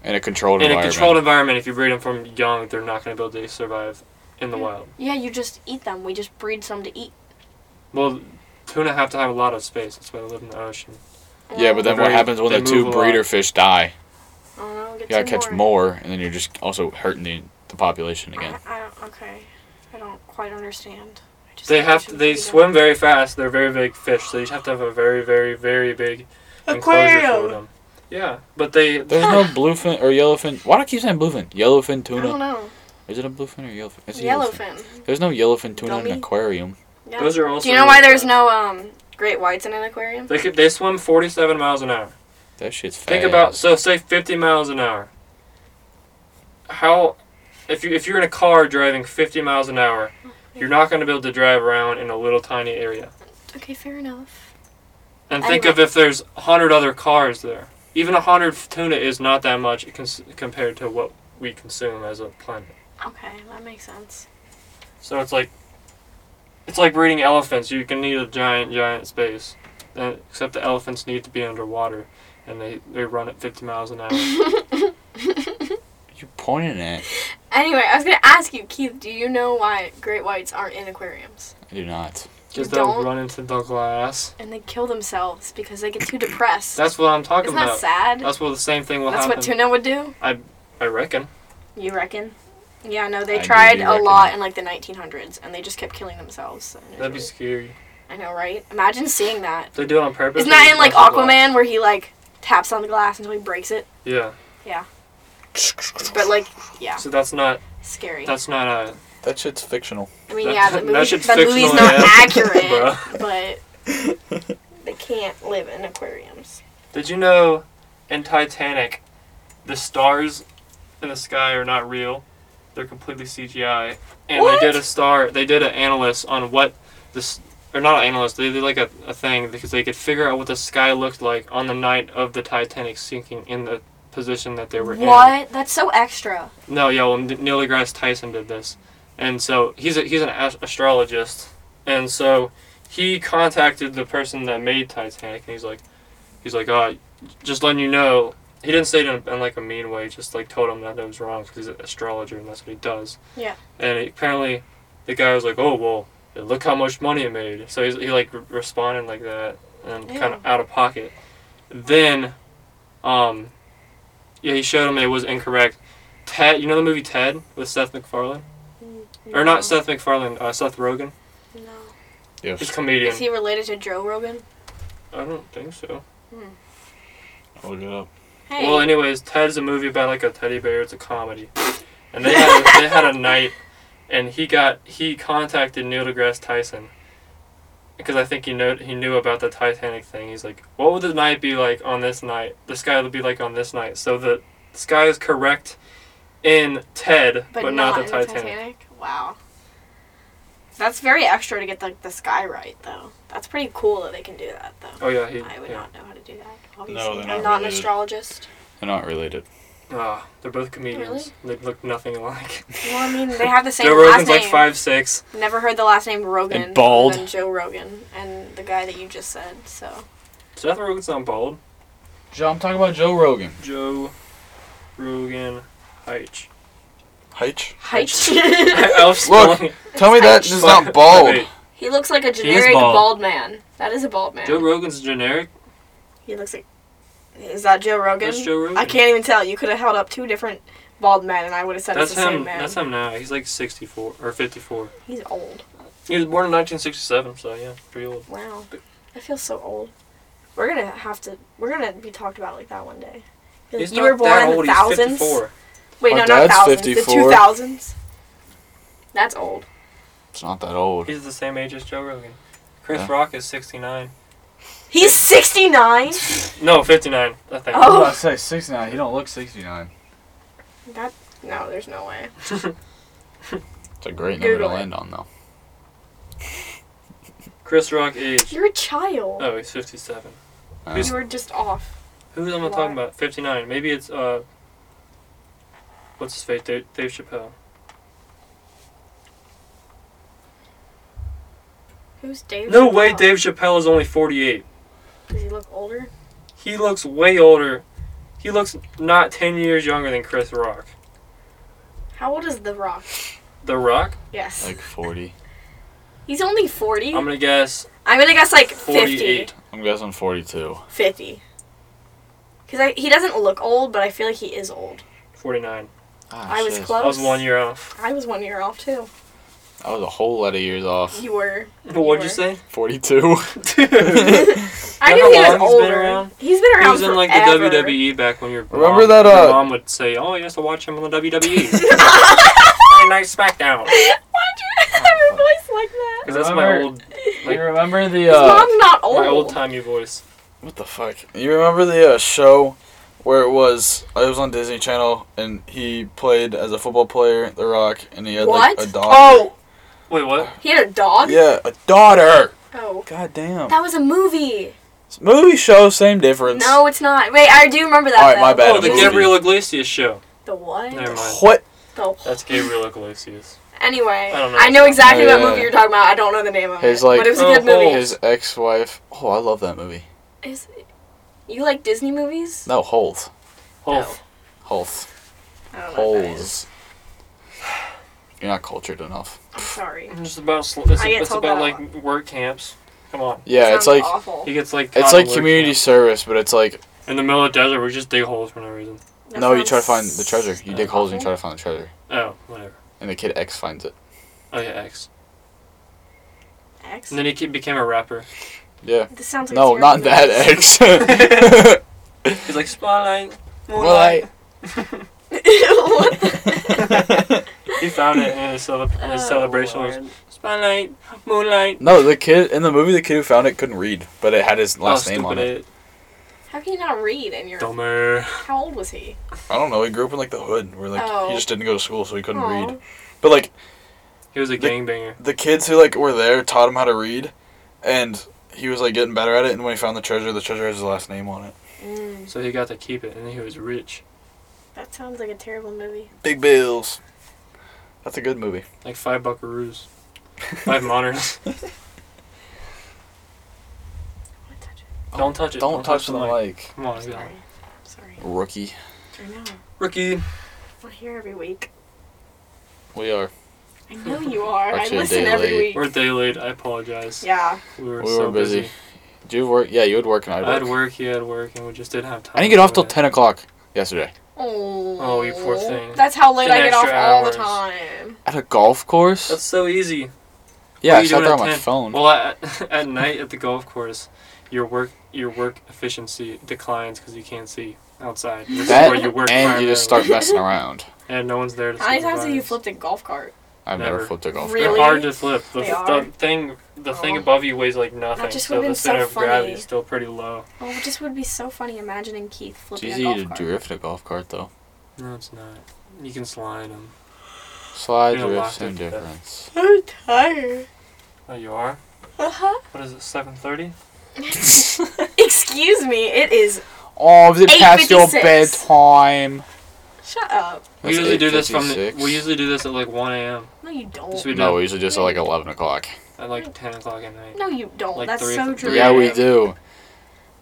in a controlled
in a
environment.
controlled environment, if you breed them from young, they're not going to be able to survive in the
Yeah.
wild.
Yeah, you just eat them. We just breed some to eat.
Well, tuna have to have a lot of space. That's why they live in the ocean.
yeah, but then what
Very-
happens when
they
the two
move a lot.
breeder fish die?
I don't know, Oh, get
You gotta
some
catch more, and then you're just also hurting the, the population again.
I, I don't, okay, I don't quite understand. I just
They
think
have
should
to, they
breed them.
swim very fast. They're very big fish, so you have to have a very very very big enclosure for
Aquarium.
them. Yeah, but they
There's no bluefin or yellowfin. Why do I keep saying bluefin? Yellowfin
I don't
tuna.
know.
Is it a bluefin or yellowfin? It's a
Yellowfin.
There's no yellowfin tuna in
Dummy.
an aquarium.
Yeah.
Those are also
Do you know why
really
there's
bad.
no um great whites in an aquarium?
they could, they swim 47 miles an hour.
That shit's fast.
Think about so say 50 miles an hour. How if you if you're in a car driving 50 miles an hour, you're not going to be able to drive around in a little tiny area.
Okay, fair enough.
And
I
think
know.
of if there's 100 other cars there. Even 100 tuna is not that much cons- compared to what we consume as a planet.
Okay, that makes sense.
So it's like it's like breeding elephants. You can need a giant giant space. Uh, except the elephants need to be underwater and they, they run at 50 miles an hour.
you pointing at.
Anyway, I was gonna ask you, Keith. Do you know why great whites aren't in aquariums?
I do not.
Because
You
they'll
don't?
run into the glass.
And they kill themselves because they get too depressed.
That's what I'm talking
Isn't that
about.
sad?
That's what the same thing will
That's
happen.
what tuna would do.
I reckon.
You reckon? Yeah, no, they
I do
tried
do
a
reckon.
lot in like the 1900s, and they just kept killing themselves. And it
That'd be
was-
scary.
I know, right? Imagine seeing that.
They do it on purpose.
Isn't that
they
in like
just bunch
Aquaman where he like taps on the glass until he breaks it?
of glass. Yeah.
But like, yeah,
So that's not
scary.
that's not a
That shit's fictional.
I mean,
that-
yeah, the
that
movie,
shit's
the movie's
fictional,
not
yeah.
accurate,
bruh.
but they can't live in aquariums.
Did you know in Titanic the stars in the sky are not real? They're completely CGI. And
What?
they did a star they did an analyst on what this or not an analyst, they did like a, a thing because they could figure out what the sky looked like on the night of the Titanic sinking in the position that they were in.
What? That's so extra.
No, yeah, well, N- Neil deGrasse Tyson did this, and so he's a, he's an ast- astrologist, and so he contacted the person that made Titanic, and he's like, he's like, uh, just letting you know, he didn't say it in, in like a mean way, just like told him that it was wrong because he's an astrologer and that's what he does.
Yeah.
And apparently, the guy was like, oh well, look how much money it made. So he's, he like re- responded like that and kind of out of pocket. Then, um, yeah, he showed him it was incorrect. Ted, you know the movie Ted with Seth MacFarlane, or not Seth MacFarlane, uh, Seth Rogen.
No.
He's a
Yes.
comedian.
Is he related to Joe Rogan? Hmm.
I don't think so.
Look it up.
Hey.
Well, anyways, Ted's a movie about like a teddy bear. It's a comedy, and they had a, they had a night, and he got he contacted Neil deGrasse Tyson, because I think he know he knew about the Titanic thing. He's like, what would the night be like on this night? The sky would be like on this night. So the sky is correct in Ted, but, not, the
in
Titanic.
Wow. That's very extra to get the, the sky right, though. That's pretty cool that they can do that, though.
Oh yeah, he.
I would
yeah.
not know how to do that. Obviously,
they're not
I'm not an
related.
astrologist.
They're not related.
Ah, they're both comedians. They look nothing alike.
Well, I mean, they have the same
Joe
last
Rogan's
name.
like five six.
Never heard the last name Rogan.
And bald.
other than Joe Rogan and the guy that you just said. So
Seth Rogen's not bald.
Joe, I'm talking about Joe Rogan.
Joe Rogan Heich.
Heitch.
I,
Height.
I was
Look.
spelling-
Tell me that
Heitch.
is not bald.
Wait,
he looks like a
is
generic
bald.
bald. man. That is a bald man.
Joe Rogan's generic.
He looks like. Is that Joe Rogan?
That's Joe Rogan.
I can't even tell. You could have held up two different bald men, and I would have said
That's
it's the
him.
same man.
That's him now. He's like 64 or 54.
He's old.
He was born in 1967, so yeah, pretty old.
Wow. I feel so old. We're gonna have to. We're gonna be talked about like that one day.
He's
you
not
were born
that
in the
old. He's
thousands.
54.
Wait,
My
no, not
dad's
thousands. The
54.
two thousands. That's old.
It's not that old.
He's the same age as Joe Rogan. Chris
Yeah.
Rock is 69.
He's sixty nine.
No, 59. I think.
Oh. I was about to
say sixty nine. He don't look sixty nine.
That no, there's no way.
It's a great number
Google
to
it.
land on, though.
Chris Rock age.
You're a child.
Oh, he's 57.
Uh,
You were just off.
Who am I talking about? 59. Maybe it's uh. What's his face? Dave, Dave Chappelle.
Who's Dave?
No
Chappelle?
way. Dave Chappelle is only 48.
Does he look older?
He looks way older. He looks not 10 years younger than Chris Rock.
How old is The Rock?
The Rock?
Yes.
like forty.
He's only 40.
I'm gonna guess
I'm gonna guess like 50.
48.
I'm guessing forty two.
50. Because he doesn't look old, but I feel like he is old.
49.
I
Ah,
was
I
close.
was one year off.
I was one year off too.
I was a whole lot of years off.
You were.
What'd you say?
Forty two.
I
Know how
knew he was
long he's
older.
been around?
He's been around.
He was in like the E.
forever.
WWE back when your mom,
Remember that, uh,
your mom would say, "Oh, you have to watch him on the E." WWE." Very nice SmackDown.
Why'd you have your voice like that?
Because that's my
Remember-
old,
you remember the
His
uh,
mom's not old.
my old timey voice.
what the fuck? You remember the uh, show where it was? It was on Disney Channel, and he played as a football player, The Rock, and he had
What?
like a daughter.
Oh, wait, what?
He had a dog.
yeah, a daughter.
Oh,
God damn.
that was a movie.
It's Movie show, same difference.
No, it's not. Wait, I do remember that.
All right,
though.
my bad.
Oh, the
movie.
Gabriel Iglesias show.
The what?
Never mind.
What?
The
That's Gabriel Iglesias.
Anyway,
I
I
don't know.
know, exactly
Oh,
what
yeah.
movie you're talking about. I don't know the name of
His,
it,
like-
but it was a
Oh,
good movie.
Holes.
His ex-wife. Oh, I love that movie.
Is you like Disney movies?
No, Holt.
Oh,
Holt.
I don't know what that is.
Holes. You're not cultured enough.
I'm sorry.
it's about sl- it's,
I get
it's
told
about
that a
like work camps. Come on,
Yeah, it's
Sounds
like
awful.
he gets like
it's
caught in
like
work
community
camp.
service, but it's like
in the middle of the desert. We just dig holes for no reason.
That
no, you try to find
sounds
the treasure. You dig holes and you try to find the treasure,
Oh, whatever.
and the kid X finds it.
Oh yeah, X.
X.
And then he ke- became a rapper.
Yeah.
This sounds like
No,
a
not
terrible
that
movie.
X.
He's like spotlight.
well, I.
What the-
He found it in his, celeb- his
Oh,
celebration. Was,
Lord.
spotlight, moonlight.
No, the kid in the movie, the kid who found it couldn't read, but it had his last
oh,
name on it.
stupid
How can you not read? And you're
Dumber.
how old was he?
I don't know. He grew up in like the hood, where like
Oh.
he just didn't go to school, so he couldn't
Aw.
read. But like
He was a
The-
gangbanger.
the kids who like were there taught him how to read, and he was like getting better at it. And when he found the treasure, the treasure has his last name on it.
Mm,
So he got to keep it, and then he was rich.
that sounds like a terrible movie.
Big bills. That's a good movie.
Like five buckaroos. Five moderns.
I'm gonna touch it.
Don't touch it.
Don't, touch, the mic.
Come on, get
Sorry.
on.
I'm sorry.
Rookie.
I know.
Rookie.
We're here every week.
We are.
I know you are.
Actually, a
I listen
day
every
late.
week.
We're a day late. I apologize.
yeah.
We were,
We
so
were busy. Do you work? Yeah, you would work and I'd
I
work.
had work, he had work, and we just didn't have time.
I didn't get off till
for it.
ten o'clock yesterday
Oh.
Oh, you poor thing.
That's how late
Ten
I get off
extra
all the
hours.
time.
at a golf course.
That's so easy.
yeah,
What
I
you
sat
doing
there
at
on my
10?
phone.
Well, at, at night at the golf course, your work your work efficiency declines because you can't see outside. This is
that
where you work
and you just
primarily.
start messing around.
and no one's there to.
How many times have you
supervise.
flipped a golf cart?
I've never,
Never.
flipped a golf
They're
cart.
Really?
hard to flip. The,
They
the
are?
thing, the thing
Oh.
above you weighs like nothing,
just
so
would've
the
been so
center of gravity
funny.
is still pretty low.
Oh, it just would be so funny imagining Keith
It's
flipping
easy
a
to
golf cart.
drift a golf cart though.
No, it's not. You can slide them. You're
Slide, drift,
locked
same
into that.
difference.
I'm tired.
Oh, you are.
Uh-huh.
What is it? Seven thirty?
Excuse me, it is.
Oh, is it past your
8:56.
bedtime?
Shut up.
We
That's
usually do this from. The,
8:56.
we usually do this at like one a.m.
No, you
Yes,
don't.
we do.
No, we usually just at like eleven o'clock.
At like ten o'clock at night.
No, you don't.
Like
That's
three
so
o'clock-
true.
Three
Yeah, we
a.m.
do.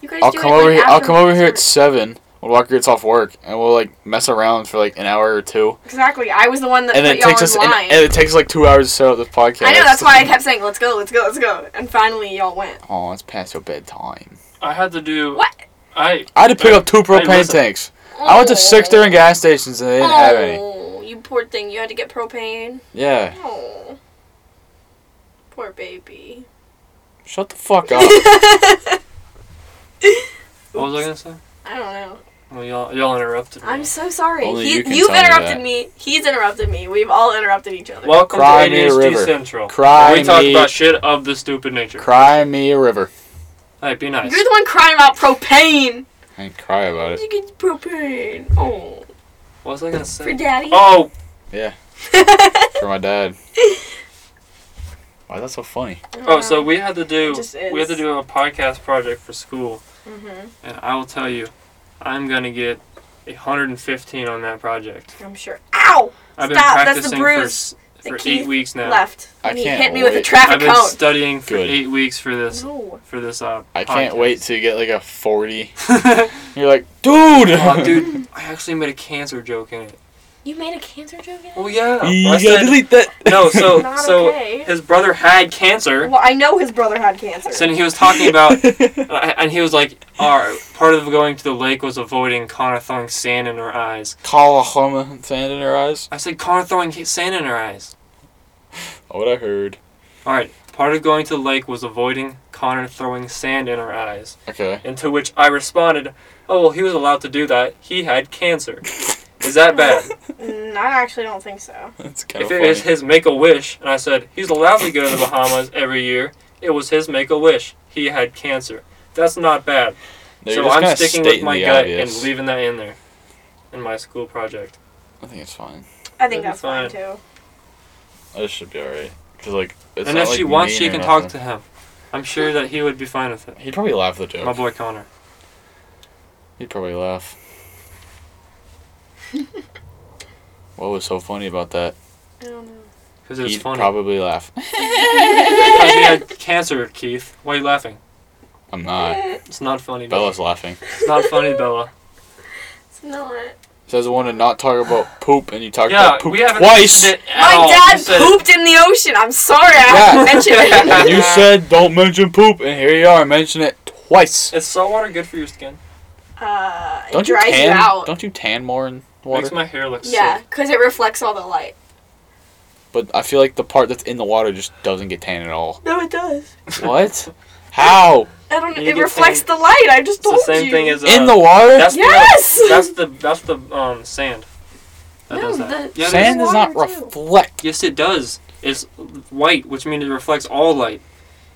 You guys
I'll
do
come
it,
over
like,
here. I'll
after
come over here at
concert.
seven. when Walker gets off work, and we'll like mess around for like an hour or two,
Exactly. I was the one that
and then
put
it
y'all
takes us
in
and,
line.
and it takes like two hours to set up this podcast.
I know that's why I kept saying, "Let's go, let's go, let's go," and finally y'all went.
Oh, it's past your bedtime.
I had to do.
What?
I
I had to pick up two
Hey,
propane
listen.
tanks. I went to six different gas stations and they didn't have any.
Oh, you poor thing. You had to get propane.
Yeah,
Oh, poor baby.
shut the fuck up.
I
What was I gonna say?
don't know.
Well, y'all y'all interrupted me.
I'm so sorry.
Only
He,
you can
you've
tell me
interrupted
that.
me. He's interrupted me. We've all interrupted each other.
Welcome to
Cry me a
ADHD
river.
Central.
Cry
we talk
me-
about shit of the stupid nature.
Cry me a river.
Hey, be nice.
You're the one crying about propane.
I ain't cry about it.
You get propane. Oh,
What was I gonna
for
say?
daddy.
Oh,
For my dad. Why is that so funny?
oh. So we had to do
It just
we had to
is.
do a podcast project for school,
Mhm.
and I will tell you, I'm gonna get 115 on that project.
I'm sure. Ow!
I've been
Stop, that's the
practicing for
bruise
s-
that
for
Keith
eight weeks now.
Left.
I
And he
can't
hit me with a
wait.
I've
traffic
been
cone.
studying for
Good.
eight weeks for this
No.
for this uh.
I can't
podcast.
wait to get like a 40.
oh,
You're like, dude!
dude, I actually made a cancer joke in it.
You made a cancer joke. in it?
Oh yeah.
You
I
gotta
said-
delete that.
no, so
Not
so
okay.
his brother had cancer.
Well, I know his brother had cancer.
So then he was talking about, uh, and he was like, "Our part of going to the lake was avoiding Connor throwing sand in her eyes."
Call a home sand in her eyes.
I said, "Connor throwing sand in her eyes."
Oh, what I heard.
All right. Part of going to the lake was avoiding Connor throwing sand in her eyes.
Okay.
And to which I responded, "Oh well, he was allowed to do that. He had cancer. Is that bad?
Mm, I actually don't think so.
That's kind of
if
funny.
it was his Make a Wish, and I said he's allowed to go to the Bahamas every year, it was his Make a Wish. He had cancer. That's not bad.
They're
so
just
I'm
kinda
sticking with
stating
my
the
gut
obvious.
and leaving that in there in my school project.
I think it's fine.
I
That'd be
think that's fine
fine.
too.
This should be alright. Cause like, it's
and
not,
if she
like,
wants,
mean
she
or
can talk to
nothing.
him. I'm sure that he would be fine with it.
He'd probably laugh at the
My
joke.
boy Connor.
He'd probably laugh. what was so funny about that?
I don't know.
Because it was
He'd
funny.
probably laugh.
'Cause he had cancer, Keith. Why are you laughing?
I'm not.
It's not funny, Bella.
Bella's laughing.
It's not funny, Bella.
It's not.
Says the one to not talk about poop, and you talk
Yeah,
about poop
we haven't
twice.
said it
My
at all. We
dad
said it-
pooped in the ocean. I'm sorry I
Yeah.
had to mention it.
And you said don't mention poop, and here you are, mention it twice.
Is salt water good for your skin?
Uh, it
Don't you
dries you
tan?
out.
Don't you tan more in
Makes
water?
my hair look
Yeah,
sick.
because it reflects all the light.
but I feel like the part that's in the water just doesn't get tan at all.
No, it does.
What? How?
I don't.
You
It
get
reflects
tan.
the light. I just
It's the
told
same
you.
thing as uh,
in the water?
That's
Yes!
The, that's the that's the um sand. That
No,
does that.
the-
yeah, it is.
Sand does not
water, too.
reflect.
Yes, it does. It's white, which means it reflects all light,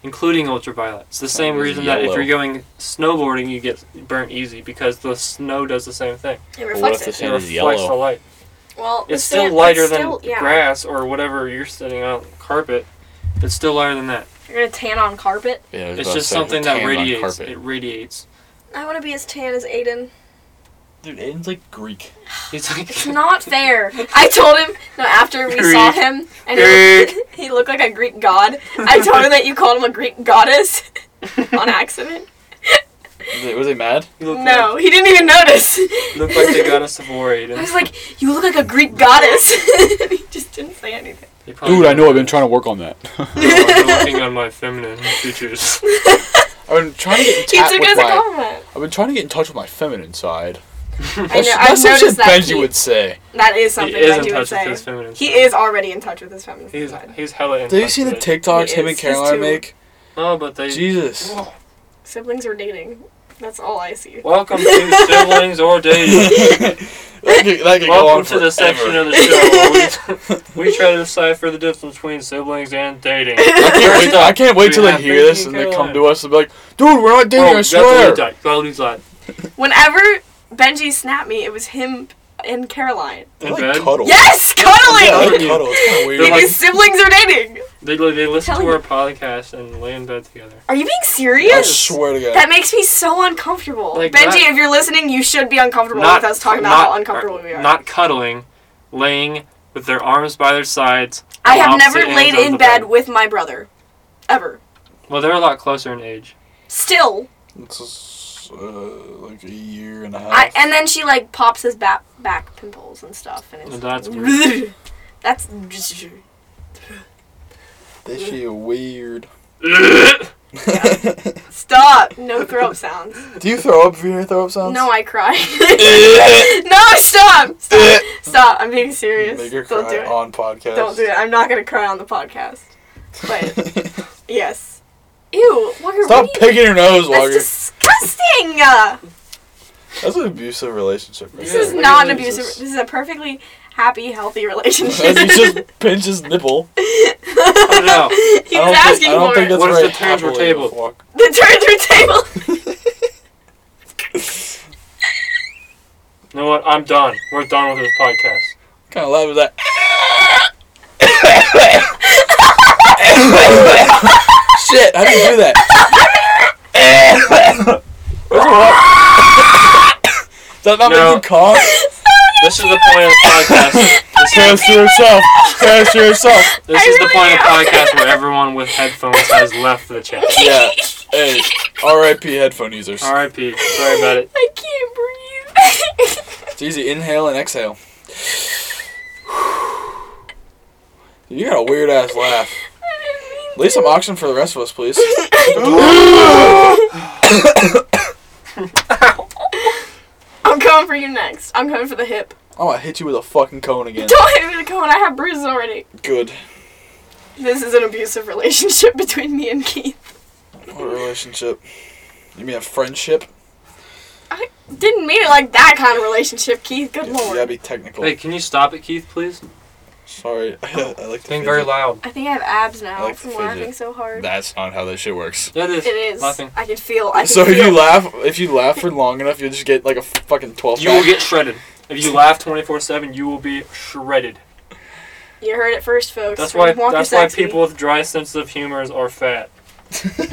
including ultraviolet. It's the same
is
reason that if
yellow.
you're going snowboarding, you get burnt easy because the snow does the same thing.
It
But what
reflects
if the
it.
it
sand is
reflects the
yellow?
light.
Well, the
It's still
sand-
lighter
it's
than
still- yeah.
grass or whatever you're sitting on carpet. It's still lighter than that.
You're gonna tan on carpet.
Yeah, I was
It's
about to
just
say,
something
tan
that
on
radiates.
carpet.
It radiates.
I want to be as tan as Aiden.
Dude, Aiden's like Greek.
It's
It's
like
not fair. I told him no, after we
Greek.
saw him and he,
Greek.
he looked like a Greek god. I told him that you called him a Greek goddess on accident.
Was it, was it mad?
you look
No,
Like,
he didn't even notice.
you look like the goddess of war,
I
Aiden.
was like, you look like a Greek goddess. and he just didn't say anything.
You probably don't
to work on that.
I'm working on my feminine features.
I've been trying to get in
He
touch
took it
with
as a
my.
compliment.
I've been trying to get in touch with my feminine side.
I know. I've
some shit
noticed that.
Benji
he-
would say.
That is something
he is
Benji
in
would
touch with
say.
his feminine.
He
side.
is already in touch with his feminine
He's
side.
he's hella. in
Did you
touch
see the
with it.
TikToks
He
him and
is, he's
Caroline
too.
make?
No, but they.
Jesus.
Siblings are dating. That's all I see.
Welcome to siblings or dating.
that could, that could go on
Welcome to the section
forever.
of the show where we, we try to decipher the difference between siblings and dating. Oh,
I can't wait, I can't wait
We
till they
have
hear this
Benji
and they
and
come
Caroline.
to us and be like, dude, we're not dating,
Oh,
I
that's
swear.
what he died. Golly's lied.
Whenever Benji snapped me, it was him and Caroline.
They
In
like
bed.
cuddle.
Yes,
Yeah,
cuddling.
they like cuddle. It's kinda weird.
They're like-
Maybe siblings are dating.
They, li- they listen
Telling
to our podcast and lay in bed together.
Are you being
I
serious?
swear to God.
That makes me so uncomfortable.
Like
Benji,
that-
if you're listening, you should be uncomfortable with us talking about how uncomfortable we are.
uh, Not cuddling, laying with their arms by their sides.
I
on
have never
opposite
laid
ends of
in
the
bed with my brother. Ever.
Well, they're a lot closer in age.
Still,
It's just- uh, like a year and a half.
Oh.
I, and then she like pops his back back pimples and stuff, and it's
That's weird.
that's
this shit weird.
stop. No throw up sounds.
Do you throw up for your throw up sounds?
No, I cry. no, stop, stop, stop. I'm being serious.
Make her
Don't
cry Oh,
do it.
on podcast.
Don't do it. I'm not gonna cry on the podcast. But yes. Ew, Walker.
Stop
what do you-
picking your nose, Walker.
That's disgusting. Uh,
That's an abusive relationship. Right
This
Yeah,
is
like
not an
Jesus.
abusive. This is a perfectly happy, healthy
he
relationship.
just pinch his nipple.
I know.
he was asking
I don't
for
think
it.
that's
What is
very
the terms we're
happily
tabled?
with Walker.
The turn through table.
You know what? I'm done. We're done with this podcast.
Kind of loud was that? Shit! How do you do that? What's wrong? Does that not
No.
make you cough?
This is the point of the podcast. This is,
Curse yourself. Curse yourself.
this is the
I
point of
really
the podcast where everyone with headphones has left the chat.
Yeah. Hey. R.I.P. headphone users.
R.I.P. Sorry about it.
I can't breathe.
It's easy. Inhale and exhale. You got a weird ass laugh. Leave some oxygen for the rest of us, please.
I'm coming for you next. I'm coming for the hip.
I'm gonna hit you with a fucking cone again.
Don't hit me with a cone. I have bruises already.
Good.
This is an abusive relationship between me and Keith.
What a relationship? You mean a friendship?
I didn't mean it like that kind of relationship, Keith. Good
Yeah,
lord.
you gotta be technical.
Hey, can you stop it, Keith, please?
Sorry. I like to
Think very
fidget.
loud.
I think I have abs
I
now
like to
from
fidget.
laughing so hard.
That's not how this shit works.
Yeah, it is.
it is.
Nothing.
I can feel. I can
So if
feel.
you laugh, if you laugh for long enough, you'll just get like a fucking twelve.
You will get shredded. If you laugh 24/7, you will be shredded.
You heard it first, folks.
That's
from
why.
Walker
That's why
Sexy.
people with dry sense of humors are fat. That's
no,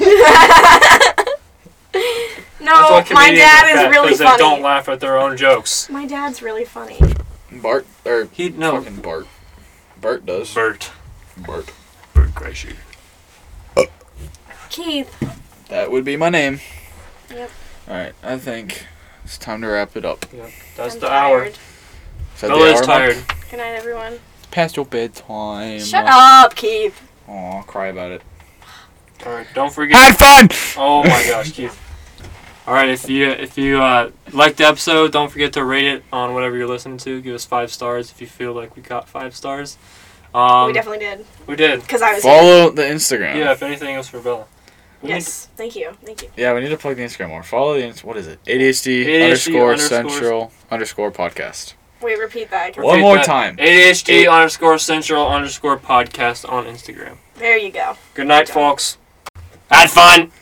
why
Oh, my
comedians
dad
are
is
fat,
really
'cause They don't
funny.
laugh at their own jokes.
My dad's really funny.
Bart or
He no.
fucking Bart. Bart does.
Bert.
Bart.
Bert Gracie.
Keith,
That would be my name.
Yep.
All right, I think it's time to wrap it up.
That's
I'm
the hour.
tired.
Is that the
Bella's
hour mark?
tired.
Good night, everyone.
Past your bedtime.
Shut up, Keith.
Aw, I'll cry about it.
All right. Don't forget.
Have fun.
Oh my gosh, Keith. All right, if you if you uh, liked the episode, don't forget to rate it on whatever you're listening to. Give us five stars if you feel like we got five stars. Um,
we definitely did.
we did.
Because I was.
Follow the Instagram.
Yeah, if anything, it was for Bella. We
Yes. Thank you. Thank you.
Yeah, we need to plug the Instagram more. Follow the ins- what is it? ADHD,
ADHD
underscore
underscores-
central underscore podcast.
Wait, repeat that. I
need-
can-
What? One
repeat
more time.
ADHD underscore central underscore podcast on Instagram.
There you go.
Good night, folks. Had fun.